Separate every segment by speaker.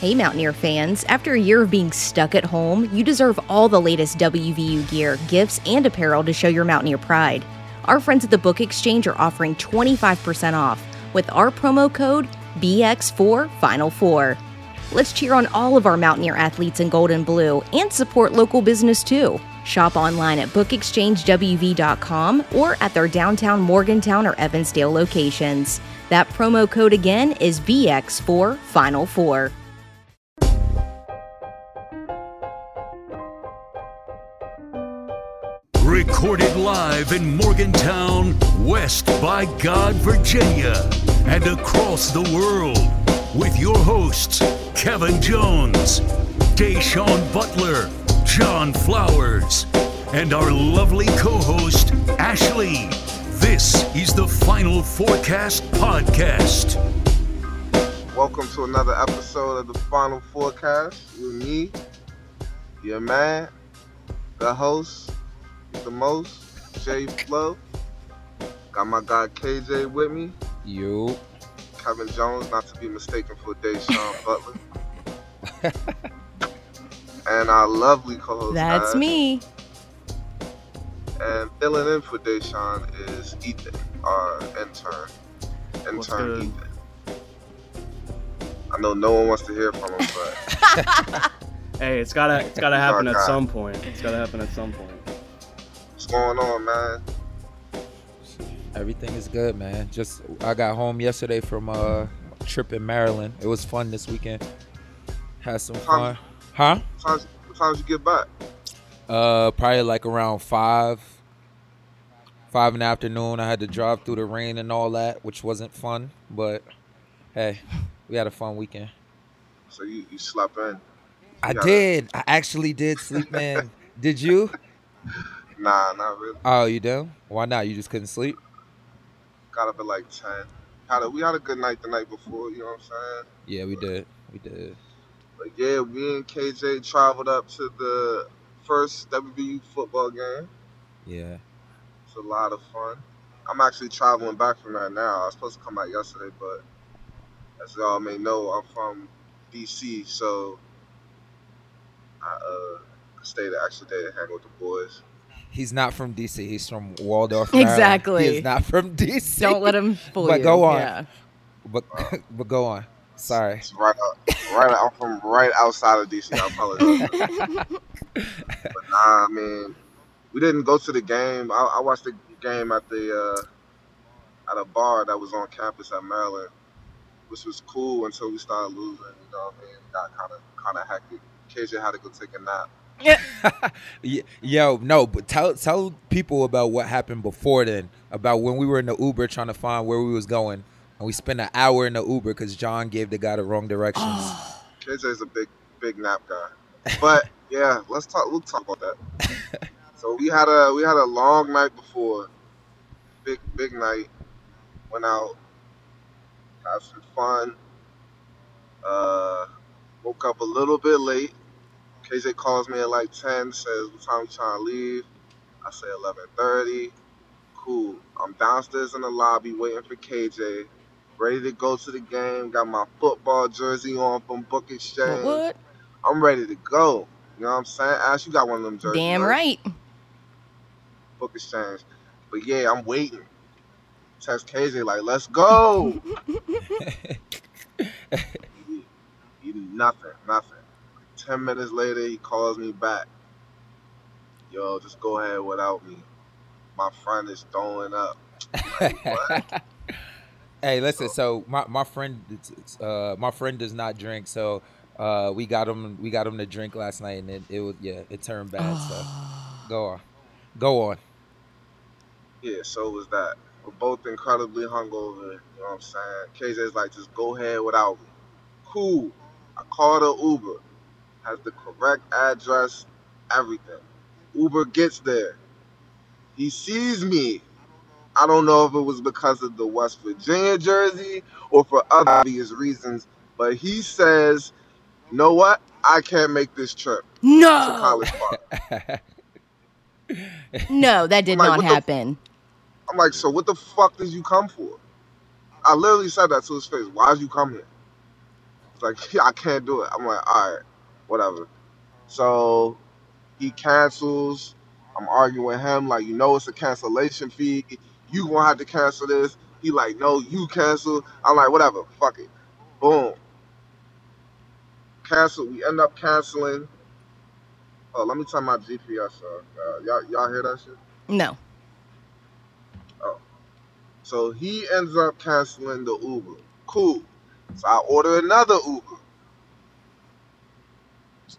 Speaker 1: Hey, Mountaineer fans. After a year of being stuck at home, you deserve all the latest WVU gear, gifts, and apparel to show your Mountaineer pride. Our friends at the Book Exchange are offering 25% off with our promo code BX4Final4. Let's cheer on all of our Mountaineer athletes in gold and blue and support local business too. Shop online at bookexchangewv.com or at their downtown Morgantown or Evansdale locations. That promo code again is BX4Final4.
Speaker 2: Recorded live in Morgantown, West by God, Virginia, and across the world with your hosts, Kevin Jones, Deshaun Butler, John Flowers, and our lovely co host, Ashley. This is the Final Forecast Podcast.
Speaker 3: Welcome to another episode of the Final Forecast with me, your man, the host, the most, Jay Flow. Got my guy KJ with me,
Speaker 4: You.
Speaker 3: Kevin Jones, not to be mistaken for Deshaun Butler. and our lovely co host.
Speaker 1: That's me.
Speaker 3: And filling in for Deshaun is Ethan, our intern.
Speaker 5: What's
Speaker 3: Intern
Speaker 5: good?
Speaker 3: Ethan. I know no one wants to hear from him, but
Speaker 5: Hey, it's gotta it's gotta happen at
Speaker 3: God.
Speaker 5: some point. It's gotta happen at some point.
Speaker 3: what's going on, man?
Speaker 4: Everything is good, man. Just I got home yesterday from a trip in Maryland. It was fun this weekend. Had some fun. Huh?
Speaker 3: What times, what times you get back?
Speaker 4: Uh, probably like around five, five in the afternoon. I had to drive through the rain and all that, which wasn't fun. But hey, we had a fun weekend.
Speaker 3: So you, you slept in.
Speaker 4: I
Speaker 3: Yeah.
Speaker 4: did. I actually did sleep in. did you?
Speaker 3: Nah, not really.
Speaker 4: Oh, you do? Why not? You just couldn't sleep?
Speaker 3: Got up at like ten. Had a, we had a good night the night before, you know what I'm saying?
Speaker 4: Yeah, we did. We did.
Speaker 3: But yeah, we and KJ traveled up to the first WVU football game.
Speaker 4: Yeah.
Speaker 3: It's a lot of fun. I'm actually traveling back from that now. I was supposed to come out yesterday, but as y'all may know, I'm from DC, so I uh I stayed an extra day to hang with the boys.
Speaker 4: He's not from DC. He's from Waldorf.
Speaker 1: Exactly.
Speaker 4: Maryland. He is not from DC.
Speaker 1: Don't let him fool
Speaker 4: But
Speaker 1: you.
Speaker 4: go on.
Speaker 1: Yeah.
Speaker 4: But but go on. Sorry.
Speaker 3: It's right out, right out, I'm from right outside of DC. I apologize. but nah, I mean, we didn't go to the game. I, I watched the game at the uh, at a bar that was on campus at Maryland, which was cool until we started losing. You know, what I mean, It got kind of kind of hectic. KJ had to go take a nap.
Speaker 4: Ye- Yo, no, but tell tell people about what happened before then. About when we were in the Uber trying to find where we was going, and we spent an hour in the Uber because John gave the guy the wrong directions.
Speaker 3: KJ's a big big nap guy. But yeah, let's talk. We'll talk about that. so we had a we had a long night before, big big night. Went out, had some fun. Uh, woke up a little bit late. KJ calls me at like ten, says what time you trying to leave. I say eleven thirty. Cool. I'm downstairs in the lobby waiting for KJ. Ready to go to the game. Got my football jersey on from Book Exchange.
Speaker 1: What?
Speaker 3: I'm ready to go. You know what I'm saying? Ash, you got one of them jerseys.
Speaker 1: Damn right.
Speaker 3: Book exchange. But yeah, I'm waiting. Text KJ like, let's go. he, he did nothing, nothing. Ten minutes later, he calls me back. Yo, just go ahead without me. My friend is throwing up.
Speaker 1: Oh.
Speaker 4: hey, listen. So my my friend, uh, my friend does not drink, so. Uh, we got him. We got him to drink last night, and it, it was yeah. It turned bad.
Speaker 1: Oh.
Speaker 4: so go on, go on.
Speaker 3: Yeah, so was that. We're both incredibly hungover. You know what I'm saying? KJ's like, just go ahead without me. Cool. I called an Uber. Has the correct address, everything. Uber gets there. He sees me. I don't know if it was because of the West Virginia jersey or for other obvious reasons, but he says, you know what? I can't make this trip to
Speaker 1: No.
Speaker 3: College Park.
Speaker 1: No, that did
Speaker 3: Like,
Speaker 1: not
Speaker 3: what the-
Speaker 1: happen.
Speaker 3: I'm like, so what the fuck did you come for? I literally said that to his face. Why'd you come here? He's like, yeah, I can't do it. I'm like, all right, whatever. So he cancels. I'm arguing with him, like, you know, it's a cancellation fee. You gonna have to cancel this. He like, no, you cancel. I'm like, whatever, fuck it. Boom. Cancel. We end up canceling. Oh, let me turn my GPS off. Uh, y'all, y'all hear that shit?
Speaker 1: No.
Speaker 3: So he ends up canceling the Uber. Cool. So I order another Uber.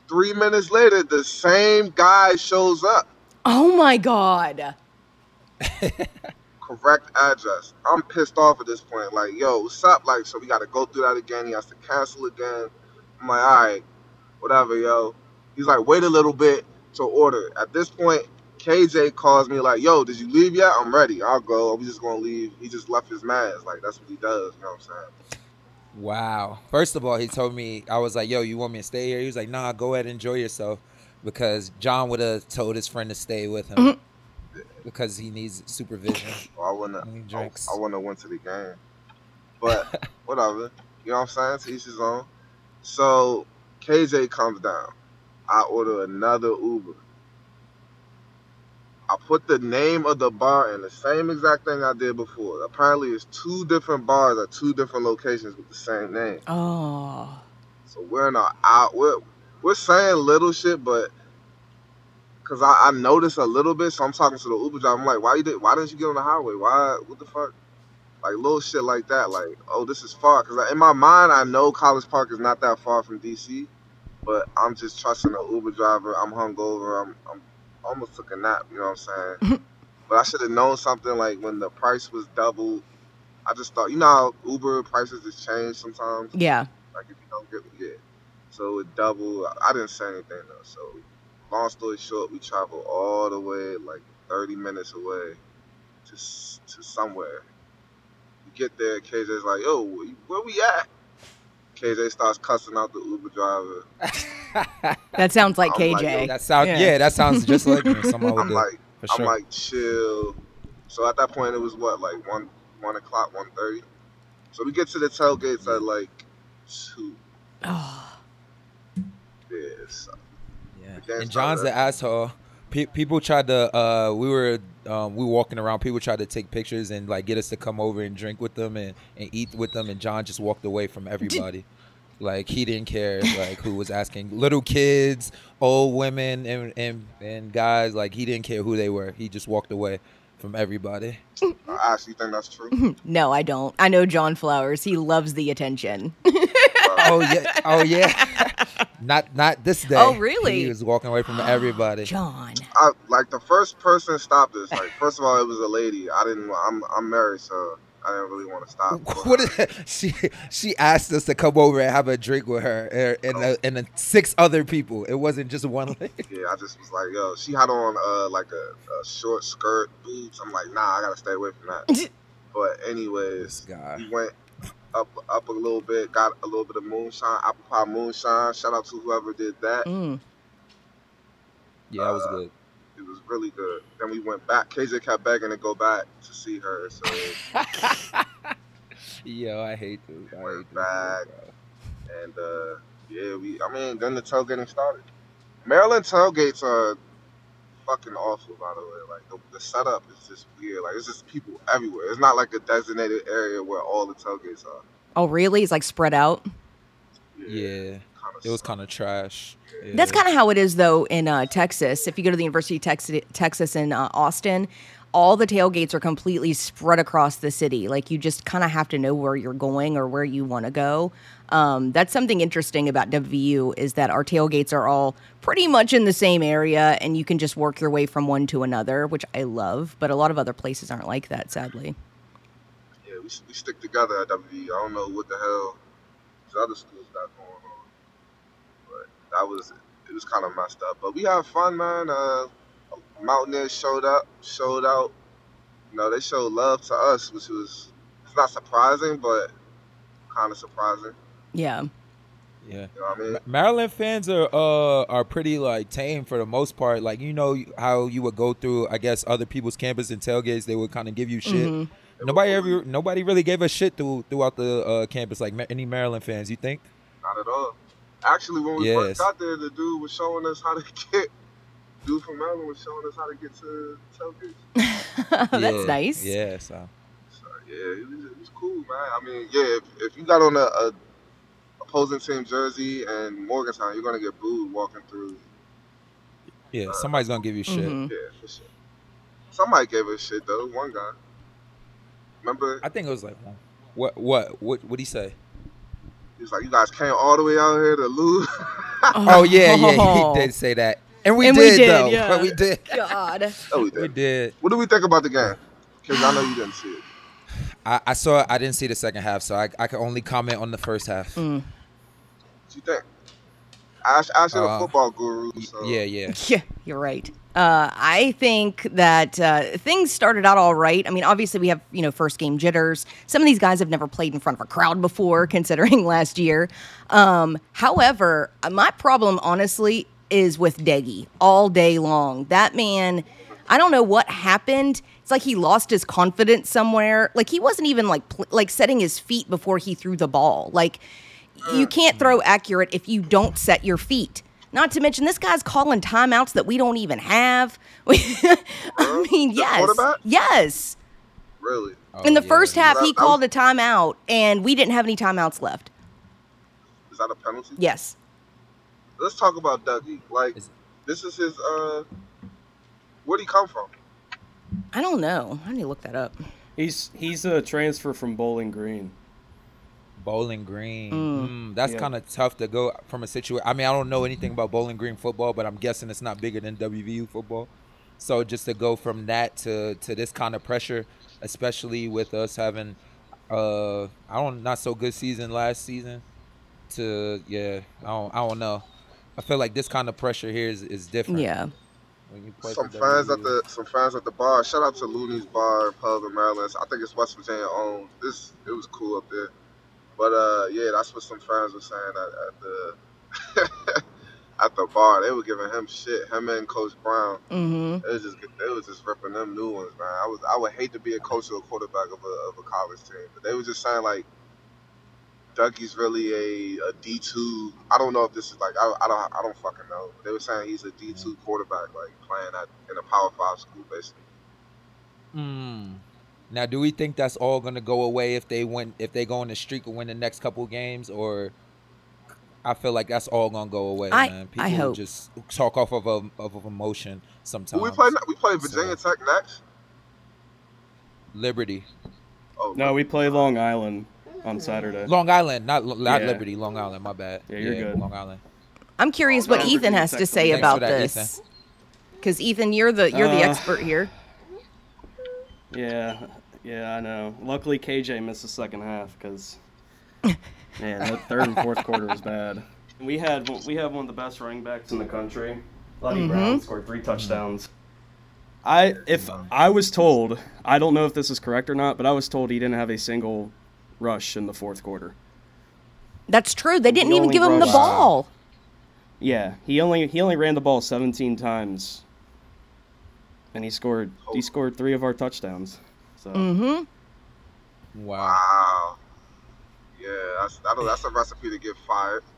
Speaker 3: Three minutes later, the same guy shows up.
Speaker 1: Oh my god.
Speaker 3: Correct address. I'm pissed off at this point. Like, yo, what's up? Like, so we got to go through that again. He has to cancel again. I'm like, all right, whatever, yo. He's like, wait a little bit to order. it. At this point, KJ calls me like, "Yo, did you leave yet? I'm ready. I'll go. I'm just gonna leave." He just left his mask. Like that's what he does. You know what I'm saying?
Speaker 4: Wow. First of all, he told me I was like, "Yo, you want me to stay here?" He was like, "Nah, go ahead, enjoy yourself," because John would have told his friend to stay with him because he needs supervision.
Speaker 3: Well, I wouldn't.
Speaker 4: He
Speaker 3: I,
Speaker 4: drinks.
Speaker 3: I wouldn't have went to the game, but whatever. You know what I'm saying? To each his own. So KJ comes down. I order another Uber. I put the name of the bar in the same exact thing I did before. Apparently, it's two different bars at two different locations with the same name.
Speaker 1: Oh.
Speaker 3: So we're in our out. We're, we're saying little shit, but because I, I noticed a little bit, so I'm talking to the Uber driver. I'm like, why you did? Why didn't you get on the highway? Why? What the fuck? Like little shit like that. Like, oh, this is far. Because in my mind, I know College Park is not that far from DC, but I'm just trusting the Uber driver. I'm hungover. I'm I'm I almost took a nap. You know what I'm saying? but I should have known something like when the price was double. I just thought, you know how Uber prices just change sometimes.
Speaker 1: Yeah.
Speaker 3: Like if you don't get yeah. So it double. I didn't say anything though. So long story short, we traveled all the way like 30 minutes away to s- to somewhere. We get there, KJ's like, "Yo, wh- where we at?" KJ starts cussing out the Uber driver.
Speaker 1: That sounds like
Speaker 3: I'm like,
Speaker 1: KJ.
Speaker 4: that sounds yeah.
Speaker 1: Yeah.
Speaker 4: that sounds just like me, something I would
Speaker 3: I'm
Speaker 4: do
Speaker 3: like,
Speaker 4: for
Speaker 3: I'm
Speaker 4: sure.
Speaker 3: like, chill. So at that point, it was what like one one o'clock, one thirty. So we get to the tailgates at like two.
Speaker 1: oh.
Speaker 3: Yeah, so
Speaker 4: Yeah.
Speaker 3: That's
Speaker 4: And John's
Speaker 3: not
Speaker 4: the asshole. Pe- people tried to. Uh, we were um, we were walking around. People tried to take pictures and like get us to come over and drink with them and, and eat with them. And John just walked away from everybody. Like he didn't care. Like who was asking? Little kids, old women, and and and guys. Like he didn't care who they were. He just walked away from everybody.
Speaker 3: I actually think that's true.
Speaker 1: No, I don't. I know John Flowers. He loves the attention.
Speaker 4: Oh yeah. Oh yeah. not not this day.
Speaker 1: Oh, really?
Speaker 4: He was walking away from everybody.
Speaker 1: John.
Speaker 3: I like the first person stopped this. Like first of all, it was a lady. I didn't. I'm I'm married, so I didn't really want to stop.
Speaker 4: What is she? She asked us to come over and have a drink with her and and, uh, and then six other people. It wasn't just one lady.
Speaker 3: Yeah, I just was like, yo, she had on uh like a, a short skirt, boots. I'm like, nah, I gotta stay away from that. but anyways,
Speaker 4: guy.
Speaker 3: we went up up a little bit, got a little bit of moonshine, apple pie moonshine. Shout out to whoever did that.
Speaker 1: Mm.
Speaker 4: Yeah, that was good.
Speaker 3: It was really good. Then we went back. KJ kept begging to go back to see her, so
Speaker 4: Yo, I hate this. I
Speaker 3: We're
Speaker 4: hate this.
Speaker 3: back.
Speaker 4: bro.
Speaker 3: and uh, yeah, we. I mean, then the tailgating started. Maryland tailgates are fucking awful, by the way. Like the, the setup is just weird. Like it's just people everywhere. It's not like a designated area where all the tailgates are.
Speaker 1: Oh, really? It's like spread out.
Speaker 4: Yeah,
Speaker 3: kinda
Speaker 4: it was
Speaker 3: sucks.
Speaker 4: kind of trash.
Speaker 1: That's kind of how it is, though, in uh, Texas. If you go to the University of Texas, Texas in uh, Austin, all the tailgates are completely spread across the city. Like you just kind of have to know where you're going or where you want to go. Um, that's something interesting about WVU is that our tailgates are all pretty much in the same area, and you can just work your way from one to another, which I love. But a lot of other places aren't like that, sadly.
Speaker 3: Yeah, we, we stick together at WVU. I don't know what the hell these other schools got going on, but that was it was kind of messed up. But we had fun, man. Uh, Mountaineers showed up, showed out. You know, they showed love to us, which was it's not surprising, but kind of surprising.
Speaker 1: Yeah.
Speaker 4: yeah.
Speaker 3: You know what I mean?
Speaker 4: Ma- Maryland fans are uh are pretty like tame for the most part. Like you know how you would go through, I guess, other people's campus and tailgates. They would kind of give you shit.
Speaker 1: Mhm.
Speaker 4: Nobody ever, nobody really gave a shit through, throughout the uh, campus. Like ma- any Maryland fans, you think?
Speaker 3: Nah, Not at all. Actually, when we
Speaker 4: Yes.
Speaker 3: first got there, the dude was showing us how to get. Dude from Maryland was showing us how to get to Celtics.
Speaker 1: Oh, That's
Speaker 4: Yeah,
Speaker 1: nice.
Speaker 4: Yeah, so
Speaker 3: So, yeah, it was, it was cool, man. I mean, yeah, if, if you got on a, a opposing team jersey and Morgantown, you're gonna get booed walking through.
Speaker 4: yeah, somebody's gonna give you shit.
Speaker 1: Mhm.
Speaker 3: Yeah, for sure. Somebody gave us shit though. One guy. Remember,
Speaker 4: I think it was like, what, what, what, what he say?
Speaker 3: he's like, "You guys came all the way out here to lose."
Speaker 4: Oh yeah, yeah, he did say that, and we
Speaker 1: And we
Speaker 4: did
Speaker 1: did,
Speaker 4: though.
Speaker 1: yeah.
Speaker 4: But we did,
Speaker 1: God.
Speaker 3: no, we
Speaker 4: we
Speaker 3: did.
Speaker 4: did.
Speaker 3: What do we think about the game? Because I know you didn't see it.
Speaker 4: I, I saw. I didn't see the second half, so I, I can only comment on the first half.
Speaker 1: Mm.
Speaker 3: What you think? Ash, Ash is a
Speaker 4: Uh,
Speaker 3: football guru. So
Speaker 4: Yeah, yeah.
Speaker 1: Yeah, you're right. Uh, I think that uh, things started out all right. I mean, obviously we have you know first game jitters. Some of these guys have never played in front of a crowd before, considering last year. Um, however, my problem honestly is with Deggy all day long. That man, I don't know what happened. It's like he lost his confidence somewhere. Like he wasn't even like pl- like setting his feet before he threw the ball. Like you can't throw accurate if you don't set your feet. Not to mention, this guy's calling timeouts that we don't even have. I mean,
Speaker 3: The
Speaker 1: yes,
Speaker 3: quarterback?
Speaker 1: yes.
Speaker 3: Really.
Speaker 1: In the
Speaker 4: Oh, yeah.
Speaker 1: first half,
Speaker 3: That-
Speaker 1: he
Speaker 3: that
Speaker 1: called a timeout, and we didn't have any timeouts left.
Speaker 3: Is that a penalty?
Speaker 1: Yes,
Speaker 3: Let's talk about Dougie. Like,
Speaker 4: Is-
Speaker 3: this is his. uh Where'd he come from?
Speaker 1: I don't know. I need to look that up.
Speaker 5: He's he's a transfer from Bowling Green.
Speaker 4: Bowling Green. Mm, that's
Speaker 5: Yeah.
Speaker 4: kind of tough to go from a situation. I mean, I don't know anything about Bowling Green football, but I'm guessing it's not bigger than WVU football. So just to go from that to to this kind of pressure, especially with us having, uh, I don't not so good season last season. To yeah, I don't I don't know. I feel like this kind of pressure here is, is different.
Speaker 1: Yeah,
Speaker 4: When you play
Speaker 3: some
Speaker 4: for
Speaker 3: fans at
Speaker 4: WVU.
Speaker 3: the some fans at the bar. Shout out to Looney's Bar and Pub in Maryland. I think it's West Virginia owned. This it was cool up there, but uh, yeah, that's what some fans were saying at, at the at the bar. They were giving him shit. Him and Coach Brown.
Speaker 1: hmm
Speaker 3: It was just they was just ripping them new ones, man. I was I would hate to be a coach or a quarterback of a, of a college team, but they was just saying like, Ducky's really a, a D two. I don't know if this is like I, I don't I don't fucking know. But they were saying he's a D two quarterback, like playing at in a Power Five school, basically.
Speaker 4: Mm. Now, do we think that's all going to go away if they win, if they go on the streak and win the next couple games, or I feel like that's all going to go away,
Speaker 1: I-
Speaker 4: man. People
Speaker 1: I hope.
Speaker 4: just talk off of a, of, of emotion sometimes.
Speaker 3: Who we play ne- we play Virginia Tech next.
Speaker 4: Liberty,
Speaker 3: Oh
Speaker 5: No, we play Long Island on Saturday.
Speaker 4: Long Island, not Lo- not
Speaker 5: Yeah.
Speaker 4: Liberty, Long Island. My bad.
Speaker 5: Yeah, you're good.
Speaker 4: Long Island.
Speaker 1: I'm curious
Speaker 5: Oh,
Speaker 1: what
Speaker 5: no,
Speaker 1: Ethan
Speaker 5: Virginia
Speaker 1: has to
Speaker 5: Tech's
Speaker 1: say
Speaker 5: the-
Speaker 4: Thanks for
Speaker 1: about
Speaker 4: that,
Speaker 1: this, because Ethan, you're the you're the
Speaker 5: Uh,
Speaker 1: expert here.
Speaker 5: Yeah, yeah, I know. Luckily, KJ missed the second half because man, that third and fourth quarter was bad. We had we have one of the best running backs in the country. Lonnie Brown scored three touchdowns. I if I was told, I don't know if this is correct or not, but I was told he didn't have a single rush in the fourth quarter.
Speaker 1: That's true. They didn't
Speaker 5: We
Speaker 1: even
Speaker 5: only
Speaker 1: give him the
Speaker 5: rushed-
Speaker 1: ball.
Speaker 5: Yeah, he only he only ran the ball 17 times, and he scored he scored three of our touchdowns. So
Speaker 1: hmm
Speaker 4: Wow.
Speaker 3: Wow. Yeah, that's that, that's a recipe to get fired.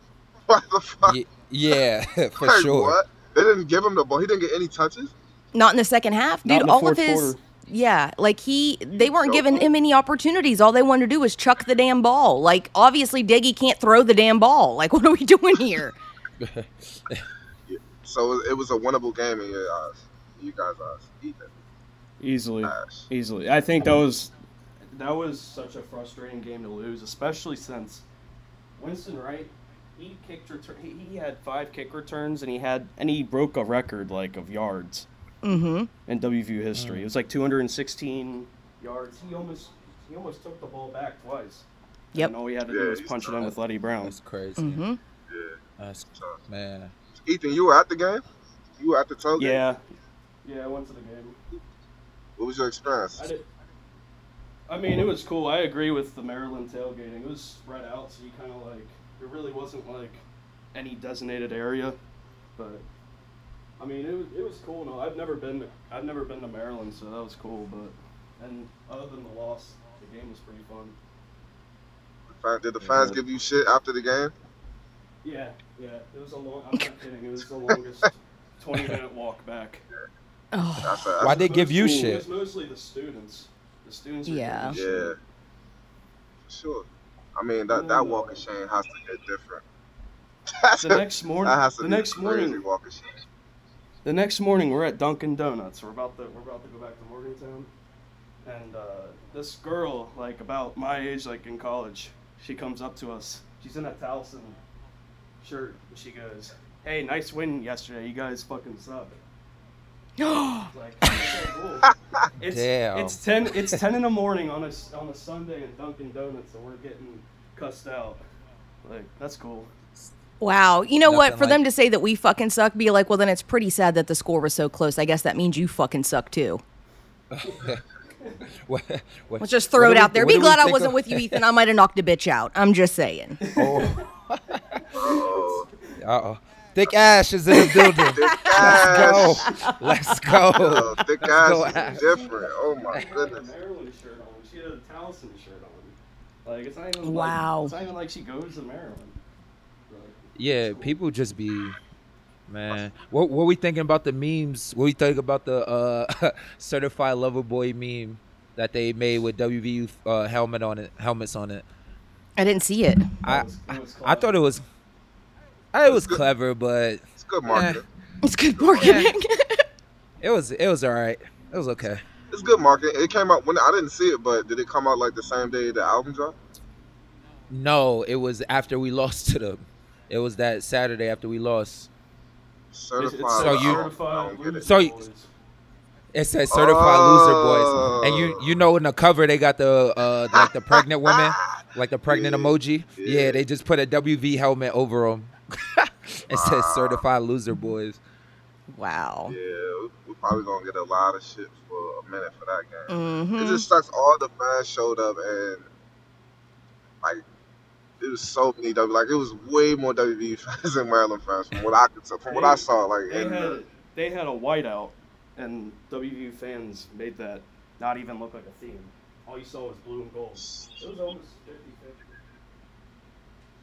Speaker 3: What the fuck?
Speaker 4: Ye- Yeah, for
Speaker 3: Like,
Speaker 4: sure.
Speaker 3: What? They didn't give him the ball. He didn't get any touches.
Speaker 1: Not in the second half,
Speaker 5: Not
Speaker 1: dude.
Speaker 5: in the
Speaker 1: All of
Speaker 5: fourth
Speaker 1: his,
Speaker 5: quarter.
Speaker 1: yeah, like he, they weren't giving him any opportunities. All they wanted to do was chuck the damn ball. Like obviously, Diggy can't throw the damn ball. Like what are we doing here?
Speaker 3: So it was a winnable game in your eyes, in you guys' eyes. Ethan,
Speaker 5: easily.
Speaker 3: Ash.
Speaker 5: Easily. I think that was that was such a frustrating game to lose, especially since Winston Wright he kicked return he he had five kick returns and he had and he broke a record like of yards
Speaker 1: Mm-hmm.
Speaker 5: in WVU history. It was like 216 yards. He almost he almost took the ball back twice.
Speaker 1: Yep.
Speaker 5: And all he had to
Speaker 3: Yeah,
Speaker 5: do was
Speaker 3: he's
Speaker 5: punch it in
Speaker 3: tough.
Speaker 5: with Letty Brown.
Speaker 4: That's crazy.
Speaker 1: Mm-hmm.
Speaker 4: That's man.
Speaker 3: Ethan, you were at the game. You were at the tailgate.
Speaker 5: Yeah. Yeah, I went to the game.
Speaker 3: What was your experience?
Speaker 5: I did. I mean, it was cool. I agree with the Maryland tailgating. It was spread out, so you kind of like it really wasn't like any designated area, but I mean, it was it was cool. No, I've never been to, I've never been to Maryland, so that was cool. But and other than the loss, the game was pretty fun.
Speaker 3: Fan- Did the fans give you shit after the game?
Speaker 5: Yeah, yeah. It was a long. I'm not kidding. It was the longest 20 minute walk back.
Speaker 1: Oh,
Speaker 3: That's a, that's
Speaker 4: Why
Speaker 3: a-
Speaker 4: they give you
Speaker 5: Mostly- It was
Speaker 4: shit?
Speaker 5: mostly the students. The students. Were
Speaker 1: Yeah.
Speaker 5: doing shit.
Speaker 3: Yeah, for sure. I mean, that, that walk of shame has to get different. That's
Speaker 5: The
Speaker 3: a-
Speaker 5: next morning.
Speaker 3: that has to
Speaker 5: The
Speaker 3: be
Speaker 5: next
Speaker 3: crazy
Speaker 5: morning.
Speaker 3: walk of shame.
Speaker 5: The next morning, we're at Dunkin' Donuts. We're about to we're about to go back to Morgantown, and uh, this girl, like about my age, like in college, she comes up to us. She's in a Towson shirt. And she goes, "Hey, nice win yesterday. You guys fucking suck." Like, okay, cool. it's
Speaker 4: Damn.
Speaker 5: it's ten it's ten in the morning on a s- on a Sunday in Dunkin' Donuts, and we're getting cussed out. Like that's cool.
Speaker 1: wow. You know what?
Speaker 4: Nothing
Speaker 1: For them
Speaker 4: like-
Speaker 1: to say that we fucking suck, be like, well, then it's pretty sad that the score was so close. I guess that means you fucking suck too.
Speaker 4: What, what,
Speaker 1: Let's just throw
Speaker 4: what
Speaker 1: it
Speaker 4: do we-
Speaker 1: out there.
Speaker 4: what
Speaker 1: Be
Speaker 4: do we
Speaker 1: glad I
Speaker 4: think
Speaker 1: wasn't
Speaker 4: of-
Speaker 1: with you, Ethan. I might have knocked a bitch out. I'm just saying.
Speaker 4: Oh. Uh-oh. Thick Ash is in the building. Go. Let's go.
Speaker 3: Yo, thick
Speaker 4: go
Speaker 3: ass
Speaker 4: ass.
Speaker 3: is different. Oh my
Speaker 5: She had a
Speaker 3: goodness.
Speaker 5: Maryland shirt on. She had a Towson shirt on. Like it's not even. like-
Speaker 1: Wow.
Speaker 5: it's not even like she goes to Maryland. Like,
Speaker 4: Yeah, people just be man. What what we thinking about the memes? What we think about the uh certified lover boy meme that they made with WVU uh, helmet on it helmets on it?
Speaker 1: I didn't see it.
Speaker 4: I
Speaker 5: was-
Speaker 4: I,
Speaker 5: it was
Speaker 4: I thought it was I, it was clever, but
Speaker 3: It's good marketing.
Speaker 1: It's good marketing.
Speaker 4: it was it was all right. It was okay.
Speaker 3: It's good marketing. It came out when I didn't see it, but did it come out like the same day the album dropped?
Speaker 4: No, it was after we lost to them. It was that Saturday after we lost.
Speaker 3: Certified.
Speaker 4: So
Speaker 3: I don't-
Speaker 4: you-
Speaker 3: I
Speaker 5: certified
Speaker 3: don't get it.
Speaker 4: So you- It said certified loser boys, and you you know in the cover they got the uh like the pregnant woman, like the pregnant
Speaker 3: Yeah,
Speaker 4: emoji. Yeah.
Speaker 3: yeah.
Speaker 4: they just put a WV helmet over them. it says certified loser boys.
Speaker 1: wow.
Speaker 3: Yeah, we- we're probably gonna get a lot of shit for a minute for that game. It
Speaker 1: hmm
Speaker 3: just sucks. All the fans showed up, and like it was so many W. Like it was way more WV fans than Maryland fans from what I could tell, from what I saw. Like
Speaker 5: They
Speaker 3: in the,
Speaker 5: had they had a whiteout, and WVU fans made that not even look like a theme. All you saw was blue and gold. It was almost 50-50.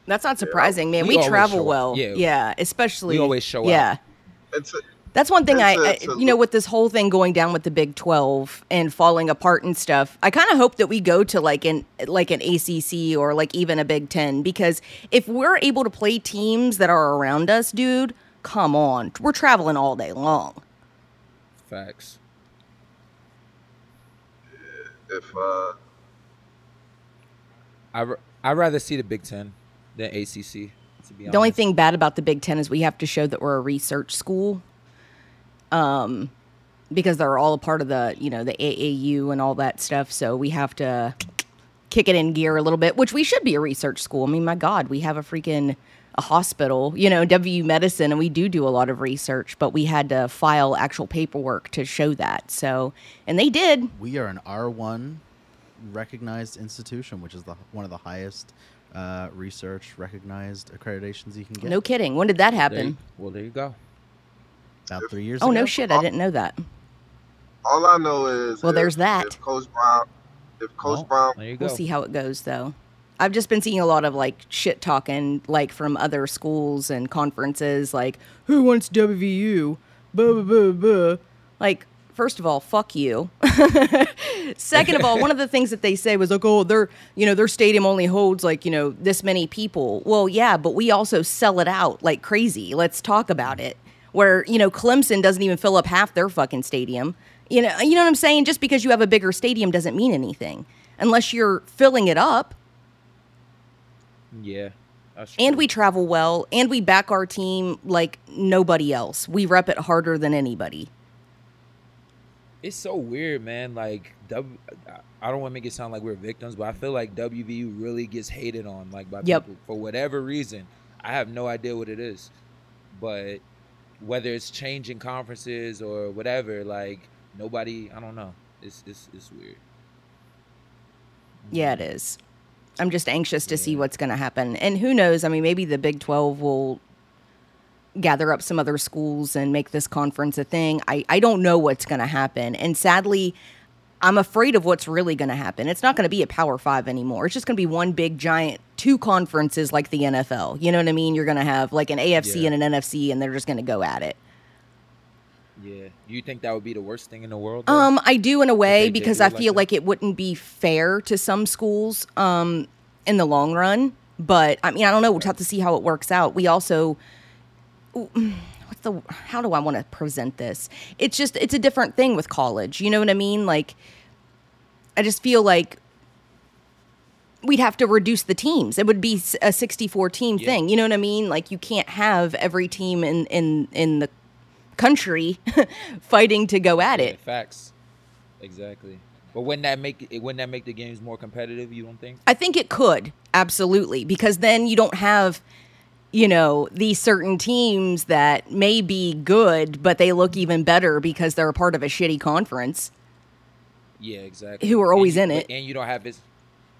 Speaker 1: That's not surprising, man.
Speaker 4: We
Speaker 1: We,
Speaker 4: always show
Speaker 1: travel
Speaker 4: up.
Speaker 1: well.
Speaker 4: Yeah.
Speaker 1: Yeah. especially.
Speaker 4: We always show up.
Speaker 1: Yeah.
Speaker 3: and to-
Speaker 1: That's one thing I,
Speaker 3: It's a-
Speaker 1: I
Speaker 3: it's a-
Speaker 1: you know, with this whole thing going down with the Big Twelve and falling apart and stuff. I kind of hope that we go to like an like an ACC or like even a Big Ten because if we're able to play teams that are around us, dude, come on, we're traveling all day long.
Speaker 4: Facts.
Speaker 3: if uh,
Speaker 4: I I rather see the Big Ten than ACC. To be honest.
Speaker 1: The only thing bad about the Big Ten is we have to show that we're a research school, um, because they're all a part of the you know the AAU and all that stuff. So we have to kick it in gear a little bit, which we should be a research school. I mean, my God, we have a freaking a hospital, you know, WU Medicine, and we do do a lot of research, but we had to file actual paperwork to show that. So, and they did.
Speaker 6: We are an R1 recognized institution, which is the, one of the highest uh, research recognized accreditations you can get.
Speaker 1: No kidding. When did that
Speaker 4: There you-
Speaker 1: happen?
Speaker 4: well, there you go.
Speaker 6: About three years
Speaker 1: Oh
Speaker 6: ago.
Speaker 1: no shit, I didn't know that.
Speaker 3: all I know is
Speaker 1: Well,
Speaker 3: if-
Speaker 1: there's that.
Speaker 3: If Coach Brown, if Coach
Speaker 4: Well,
Speaker 3: Brown
Speaker 4: Oh, there you go.
Speaker 1: We'll see how it goes though. I've just been seeing a lot of like shit talking like from other schools and conferences like who wants WVU? Blah blah blah blah. Like first of all, fuck you. Second of all, one of the things that they say was like, oh, their you know their stadium only holds like you know this many people. Well, yeah, but we also sell it out like crazy. Let's talk about it. Where you know Clemson doesn't even fill up half their fucking stadium. You know, you know what I'm saying. Just because you have a bigger stadium doesn't mean anything unless you're filling it up.
Speaker 4: yeah. That's
Speaker 1: And
Speaker 4: true.
Speaker 1: we travel well, and we back our team like nobody else. We rep it harder than anybody.
Speaker 4: it's so weird, man. Like W, I don't want to make it sound like we're victims, but I feel like WVU really gets hated on, like by
Speaker 1: Yep.
Speaker 4: people for whatever reason. I have no idea what it is, but whether it's changing conferences or whatever, like nobody, I don't know. It's it's it's weird.
Speaker 1: Yeah, it is. I'm just anxious to see
Speaker 4: Yeah.
Speaker 1: what's going to happen. And who knows? I mean, maybe the Big 12 will gather up some other schools and make this conference a thing. I, I don't know what's going to happen. And sadly, I'm afraid of what's really going to happen. It's not going to be a Power Five anymore. It's just going to be one big giant two conferences like the NFL. You know what I mean? You're going to have like an AFC
Speaker 4: Yeah.
Speaker 1: and an NFC, and they're just going to go at it.
Speaker 4: Yeah. You think that would be the worst thing in the world? though?
Speaker 1: Um, I do in a way
Speaker 4: they did
Speaker 1: because
Speaker 4: do it
Speaker 1: I
Speaker 4: like
Speaker 1: feel
Speaker 4: that?
Speaker 1: like it wouldn't be fair to some schools um, in the long run. But I mean, I don't know. We'll have to see how it works out. We also, what's the? How do I want to present this? It's just it's a different thing with college. You know what I mean? Like, I just feel like we'd have to reduce the teams. It would be s- a 64 team thing. You know what I mean? Like you can't have every team in in in the country fighting to go at
Speaker 4: Yeah,
Speaker 1: it.
Speaker 4: facts. Exactly. But wouldn't that make it wouldn't that make the games more competitive, you don't think?
Speaker 1: I think it could absolutely because then you don't have you know these certain teams that may be good but they look even better because they're a part of a shitty conference.
Speaker 4: Yeah, exactly.
Speaker 1: Who are
Speaker 4: And
Speaker 1: always
Speaker 4: you-
Speaker 1: in
Speaker 4: but-
Speaker 1: it.
Speaker 4: And you don't have as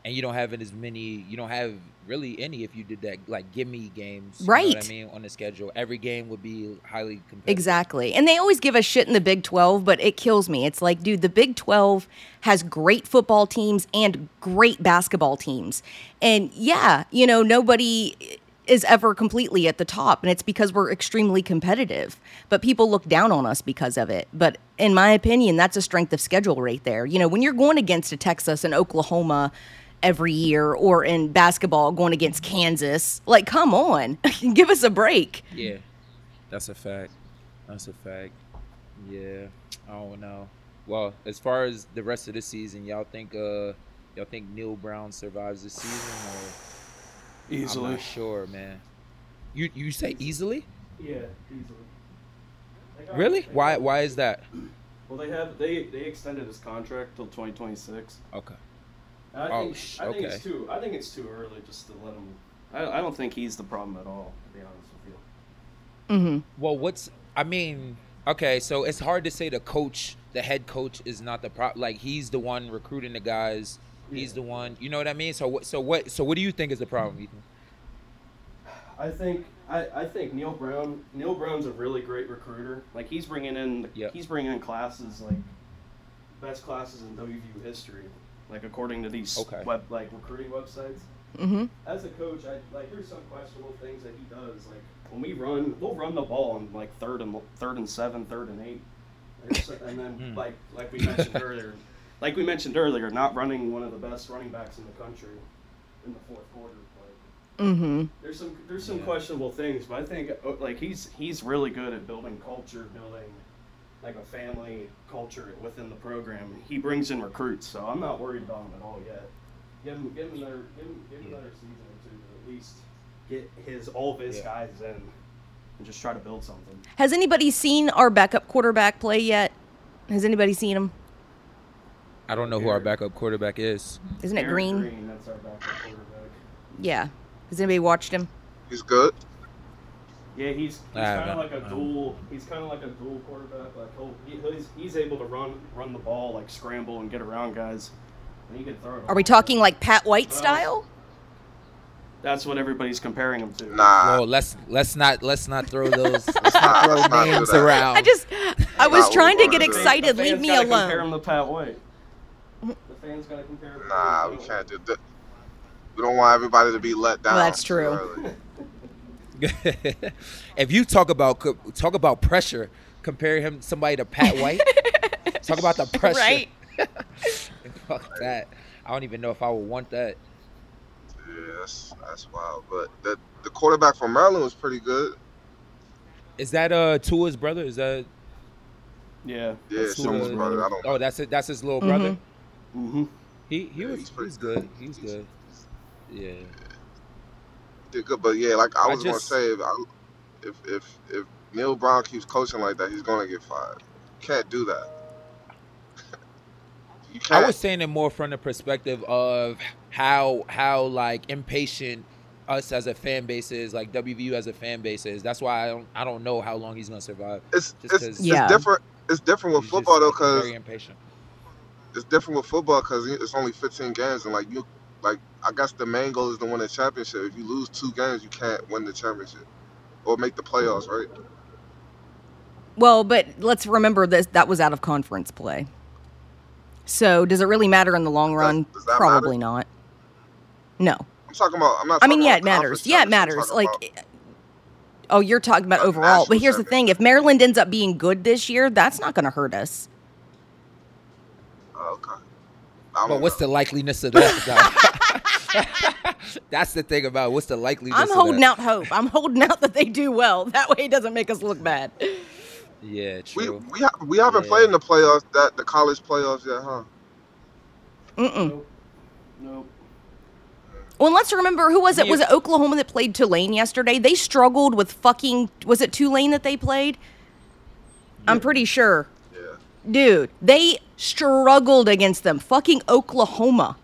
Speaker 4: and you don't have as many you don't have really any if you did that like gimme games. you know what
Speaker 1: Right.
Speaker 4: I mean, on the schedule. Every game would be highly competitive.
Speaker 1: Exactly. And they always give us shit in the Big 12, but it kills me. It's like, dude, the Big 12 has great football teams and great basketball teams. And yeah, you know, nobody is ever completely at the top. And it's because we're extremely competitive, but people look down on us because of it. But in my opinion, that's a strength of schedule right there. You know, when you're going against a Texas and Oklahoma, Every year, or in basketball, going against Kansas. Like, come on, give us a break.
Speaker 4: Yeah. That's a fact. That's a fact. Yeah. I don't know. Well, as far as the rest of the season, y'all think uh y'all think Neil Brown survives this season or I'm
Speaker 5: Easily.
Speaker 4: not sure, man. You you say easily?
Speaker 5: Yeah, easily. They got-
Speaker 4: Really?
Speaker 5: they
Speaker 4: Why
Speaker 5: got-
Speaker 4: why is that?
Speaker 5: Well, they have they they extended his contract till 2026.
Speaker 4: Okay.
Speaker 5: And I
Speaker 4: Oh,
Speaker 5: think,
Speaker 4: sh-
Speaker 5: I think
Speaker 4: okay.
Speaker 5: it's too. I think it's too early just to let him. I, I don't think he's the problem at all. To be honest with you.
Speaker 1: hmm
Speaker 4: Well, what's I mean, okay, so it's hard to say the coach, the head coach is not the prop like he's the one recruiting the guys. He's the one, you know what I mean? So what so what so what do you think is the problem, Ethan?
Speaker 5: I think I, I think Neil Brown Neil Brown's a really great recruiter. Like he's bringing in
Speaker 4: Yep.
Speaker 5: he's bringing in classes like best classes in WVU history. Like according to these
Speaker 4: Okay.
Speaker 5: web like recruiting websites.
Speaker 1: hmm
Speaker 5: As a coach, I like there's some questionable things that he does. Like when we run, we'll run the ball on like third and third and seven, third and eight, There's so- and then like like we mentioned earlier, like we mentioned earlier, not running one of the best running backs in the country in the fourth quarter. Like,
Speaker 1: hmm
Speaker 5: there's some there's some questionable things, but I think uh, like he's he's really good at building culture, building like a family culture within the program. He brings in recruits, so I'm not worried about him at all yet. Give him give him another give him, give him another season or two to at least get his all of his
Speaker 4: Yeah.
Speaker 5: guys in and just try to build something.
Speaker 1: Has anybody seen our backup quarterback play yet? Has anybody seen him?
Speaker 4: I don't know who our backup quarterback is.
Speaker 1: Isn't it
Speaker 5: Aaron
Speaker 1: Green?
Speaker 5: Green, that's our backup quarterback.
Speaker 1: Yeah. Has anybody watched him?
Speaker 3: He's good.
Speaker 5: Yeah, he's,
Speaker 4: I
Speaker 5: he's
Speaker 4: haven't-
Speaker 5: kind of like a
Speaker 4: I haven't.
Speaker 5: dual. He's kind of like a dual quarterback. Like he'll, he, he's he's able to run run the ball, like scramble and get around guys. And he can throw it.
Speaker 1: Are we
Speaker 5: all.
Speaker 1: talking like Pat White
Speaker 5: Well-
Speaker 1: style?
Speaker 5: That's what everybody's comparing him to.
Speaker 3: Nah.
Speaker 4: Well, let's let's not let's not throw those let's not
Speaker 3: not-
Speaker 4: throw
Speaker 3: let's not do
Speaker 4: names
Speaker 3: that.
Speaker 4: around.
Speaker 1: I just, I was
Speaker 3: Nah,
Speaker 1: trying to get
Speaker 3: we're-
Speaker 5: The
Speaker 1: excited.
Speaker 5: fans
Speaker 1: Leave me
Speaker 5: gotta Compare him
Speaker 1: alone. Mm-hmm.
Speaker 5: to Pat White. The fans gotta compare. Him to
Speaker 3: Nah,
Speaker 5: Pat
Speaker 3: we
Speaker 5: White.
Speaker 3: can't do that. We don't want everybody to be let down.
Speaker 1: Well, that's true.
Speaker 3: Really.
Speaker 4: if you talk about co- talk about pressure, compare him somebody to Pat White. talk about the pressure.
Speaker 1: Right.
Speaker 4: Fuck that. I don't even know if I would want that.
Speaker 3: Yeah, that's, that's wild. But the the quarterback from Maryland was pretty good.
Speaker 4: Is that uh Tua's brother? Is that
Speaker 5: Yeah.
Speaker 3: Yeah,
Speaker 4: That's who
Speaker 3: someone's
Speaker 4: the-
Speaker 3: brother. I don't.
Speaker 4: Oh, that's it. That's his little brother.
Speaker 1: Hmm.
Speaker 5: Mm-hmm.
Speaker 4: He he
Speaker 3: Yeah,
Speaker 4: was
Speaker 3: he's
Speaker 4: he
Speaker 3: pretty
Speaker 4: was good. He was
Speaker 3: He's-
Speaker 4: good. Yeah.
Speaker 3: did good, but yeah, like I
Speaker 4: I
Speaker 3: was
Speaker 4: just-
Speaker 3: gonna say, if, I, if if if Neil Brown keeps coaching like that, he's gonna get fired. Can't do that. you can't.
Speaker 4: I was saying it more from the perspective of how how like impatient us as a fan base is, like WVU as a fan base is. That's why I don't I don't know how long he's gonna survive.
Speaker 3: it's
Speaker 4: just
Speaker 3: it's,
Speaker 4: 'cause-
Speaker 3: it's
Speaker 1: Yeah.
Speaker 3: different. It's different with
Speaker 4: He's just,
Speaker 3: football though,
Speaker 4: like,
Speaker 3: 'cause though,
Speaker 4: very
Speaker 3: because
Speaker 4: impatient.
Speaker 3: it's different with football because it's only 15 games, and like you, like I guess the main goal is to win the championship. If you lose two games, you can't win the championship or make the playoffs, right?
Speaker 1: Well, but let's remember this. That was out of conference play. So does it really matter in the long run?
Speaker 3: does that
Speaker 1: Probably not. No.
Speaker 3: I'm talking about. I'm not.
Speaker 1: I
Speaker 3: talking
Speaker 1: mean, yeah,
Speaker 3: about
Speaker 1: it matters.
Speaker 3: conference
Speaker 1: Yeah, it
Speaker 3: champions, I'm
Speaker 1: matters.
Speaker 3: talking
Speaker 1: Like,
Speaker 3: about-
Speaker 1: it- oh, you're talking about
Speaker 3: Like
Speaker 1: overall. But
Speaker 3: national
Speaker 1: here's the
Speaker 3: champion.
Speaker 1: thing: if Maryland ends up being good this year, that's not going to hurt us.
Speaker 3: Oh, okay. I
Speaker 4: But
Speaker 3: don't
Speaker 4: what's
Speaker 3: know.
Speaker 4: the likeliness of that? though? That's the thing about what's the likeliness.
Speaker 1: I'm
Speaker 4: of
Speaker 1: holding out
Speaker 4: that?
Speaker 1: hope. I'm holding out that they do well. That way, it doesn't make us look bad.
Speaker 4: Yeah,
Speaker 3: we
Speaker 4: true.
Speaker 3: we, ha- we haven't
Speaker 4: Yeah.
Speaker 3: played in the playoffs that the college playoffs yet, huh?
Speaker 1: Mm-mm.
Speaker 5: Nope. Nope.
Speaker 1: Well, and let's remember who was it?
Speaker 5: Yeah.
Speaker 1: Was it Oklahoma that played Tulane yesterday? They struggled with fucking. Was it Tulane that they played? I'm pretty sure.
Speaker 3: Yeah.
Speaker 1: Dude, they struggled against them. Fucking Oklahoma.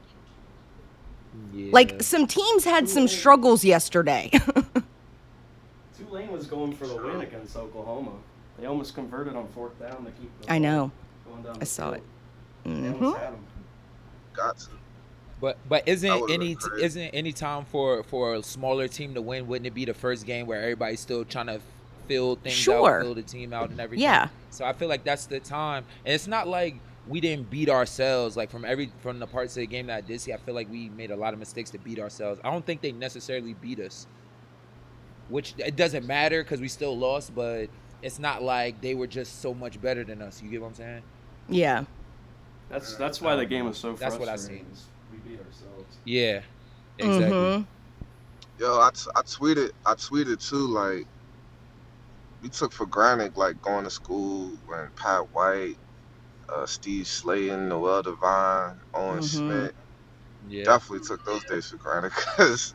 Speaker 4: Yeah.
Speaker 1: Like some teams had some struggles yesterday.
Speaker 5: Tulane was going for the win against Oklahoma. They almost converted on fourth down to keep. the
Speaker 1: I
Speaker 5: ball
Speaker 1: know. Mm-hmm.
Speaker 5: Going down
Speaker 1: I saw it.
Speaker 5: hmm Had 'em.
Speaker 3: Got to.
Speaker 4: But but
Speaker 3: That
Speaker 4: isn't
Speaker 3: would've
Speaker 4: any
Speaker 3: been
Speaker 4: t-
Speaker 3: crazy.
Speaker 4: isn't any time for for a smaller team to win? Wouldn't it be the first game where everybody's still trying to fill things
Speaker 1: Sure.
Speaker 4: out, fill the team out, and everything?
Speaker 1: Yeah.
Speaker 4: So I feel like that's the time, and it's not like we didn't beat ourselves. Like from every from the parts of the game that I did see, I feel like we made a lot of mistakes to beat ourselves. I don't think they necessarily beat us, which it doesn't matter because we still lost. But it's not like they were just so much better than us. You get what I'm saying?
Speaker 1: Yeah.
Speaker 5: That's that's why the game was so
Speaker 4: That's
Speaker 5: frustrating.
Speaker 4: what I seen.
Speaker 5: is We beat ourselves.
Speaker 4: Yeah. Exactly.
Speaker 1: Mhm.
Speaker 3: Yo, I, t- I tweeted I tweeted too like we took for granted like going to school when Pat White, uh, Steve Slayton, Noel Devine, Owen
Speaker 1: Mhm.
Speaker 3: Schmidt
Speaker 4: Yeah.
Speaker 3: definitely took those days for granted because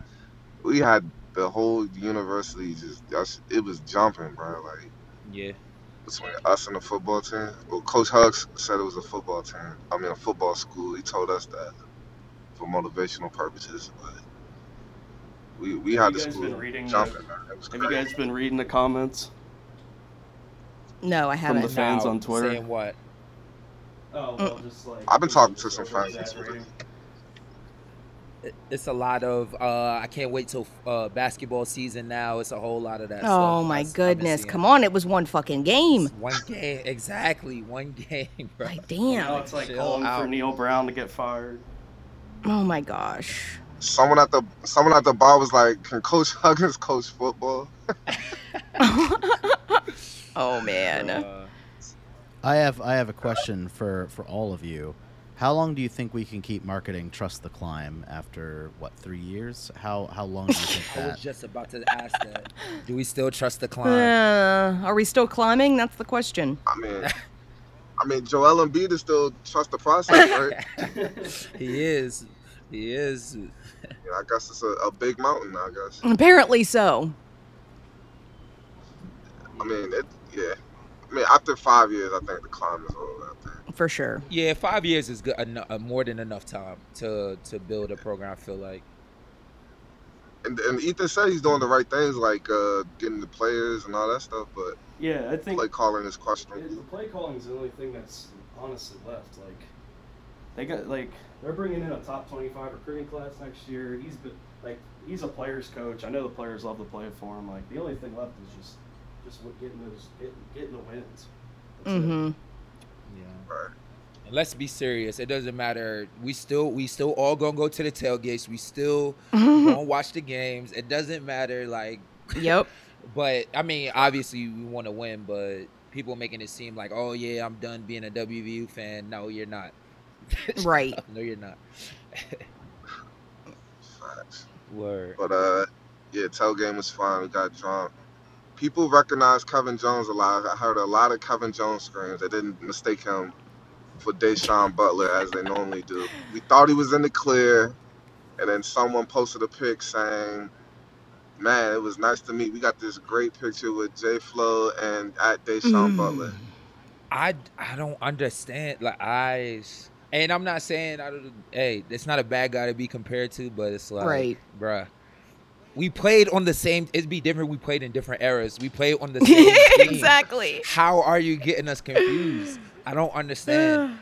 Speaker 3: we had the whole university just that's, it was jumping, bro. Like
Speaker 4: Yeah.
Speaker 3: between us and the football team. Well, Coach Hugs said it was a football team. I mean, a football school. He told us that for motivational purposes, but we we
Speaker 5: Have
Speaker 3: had
Speaker 5: you
Speaker 3: the
Speaker 5: guys
Speaker 3: school
Speaker 5: been reading
Speaker 3: jumping. man. It was
Speaker 5: Have you
Speaker 3: crazy.
Speaker 5: guys been reading the comments?
Speaker 1: No, I
Speaker 5: From the
Speaker 1: haven't.
Speaker 5: fans
Speaker 4: Now,
Speaker 5: on Twitter.
Speaker 4: saying what?
Speaker 5: Oh, well, just like
Speaker 3: I've been talking to some fans.
Speaker 5: Exaggerating.
Speaker 4: it's a lot of uh I can't wait till uh basketball season now. It's a whole lot of that stuff.
Speaker 1: Oh my goodness. Come on. It was one fucking game.
Speaker 4: One game exactly, one game, bro.
Speaker 1: Like,
Speaker 5: Now
Speaker 1: damn.
Speaker 5: it's like
Speaker 4: Chill
Speaker 5: calling for
Speaker 4: out.
Speaker 5: Neil Brown to get fired.
Speaker 1: Oh my gosh.
Speaker 3: Someone at the someone at the bar was like, "Can Coach Huggins coach football?"
Speaker 1: Oh man.
Speaker 4: Uh,
Speaker 6: I have I have a question for for all of you. How long do you think we can keep marketing Trust the Climb after what three years? How how long do you think
Speaker 4: I was
Speaker 6: that?
Speaker 4: just about to ask that. Do we still trust the climb?
Speaker 1: Uh, are we still climbing? That's the question.
Speaker 3: I mean, I mean, Joel Embiid is still trust the process, right?
Speaker 4: He is. He is.
Speaker 3: yeah, I guess it's a, a big mountain. I guess.
Speaker 1: Apparently so.
Speaker 3: I mean, it, yeah. I mean, after five years, I think the climb is over. I think.
Speaker 1: For sure.
Speaker 4: Yeah, five years is good, eno- uh, more than enough time to to build a program. I feel like.
Speaker 3: and, and Ethan said he's doing the right things, like uh, getting the players and all that stuff. But
Speaker 5: Yeah, I think
Speaker 3: play calling is
Speaker 5: it- the
Speaker 3: questionable.
Speaker 5: play calling is the only thing that's honestly left. Like they got like they're bringing in a top twenty-five recruiting class next year. He's been like he's a players coach. I know the players love to play for him. Like the only thing left is just just what- getting those getting, getting the wins. That's it.
Speaker 1: Mm-hmm.
Speaker 6: Yeah.
Speaker 3: Right.
Speaker 4: And let's be serious. It doesn't matter. We still we still all gonna go to the tailgates. We still
Speaker 1: Mm-hmm.
Speaker 4: gonna watch the games. It doesn't matter. Like
Speaker 1: Yep.
Speaker 4: But I mean, obviously we want to win, but people making it seem like, oh yeah, I'm done being a WVU fan. No, you're not.
Speaker 1: Right.
Speaker 4: no, you're not.
Speaker 3: Facts.
Speaker 4: Word.
Speaker 3: But uh, yeah, tailgame was fun. We got drunk. People recognize Kevin Jones a lot. I heard a lot of Kevin Jones screams. They didn't mistake him for Deshaun Butler as they normally do. We thought he was in the clear, and then someone posted a pic saying, "Man, it was nice to meet. We got this great picture with J. Flo and at Deshaun
Speaker 1: Mm.
Speaker 3: Butler."
Speaker 4: I I don't understand. Like I, and I'm not saying I don't. Hey, it's not a bad guy to be compared to, but it's like,
Speaker 1: Right.
Speaker 4: bruh. We played on the same. It'd be different. We played in different eras. We played on the same. team.
Speaker 1: exactly.
Speaker 4: How are you getting us confused? I don't understand.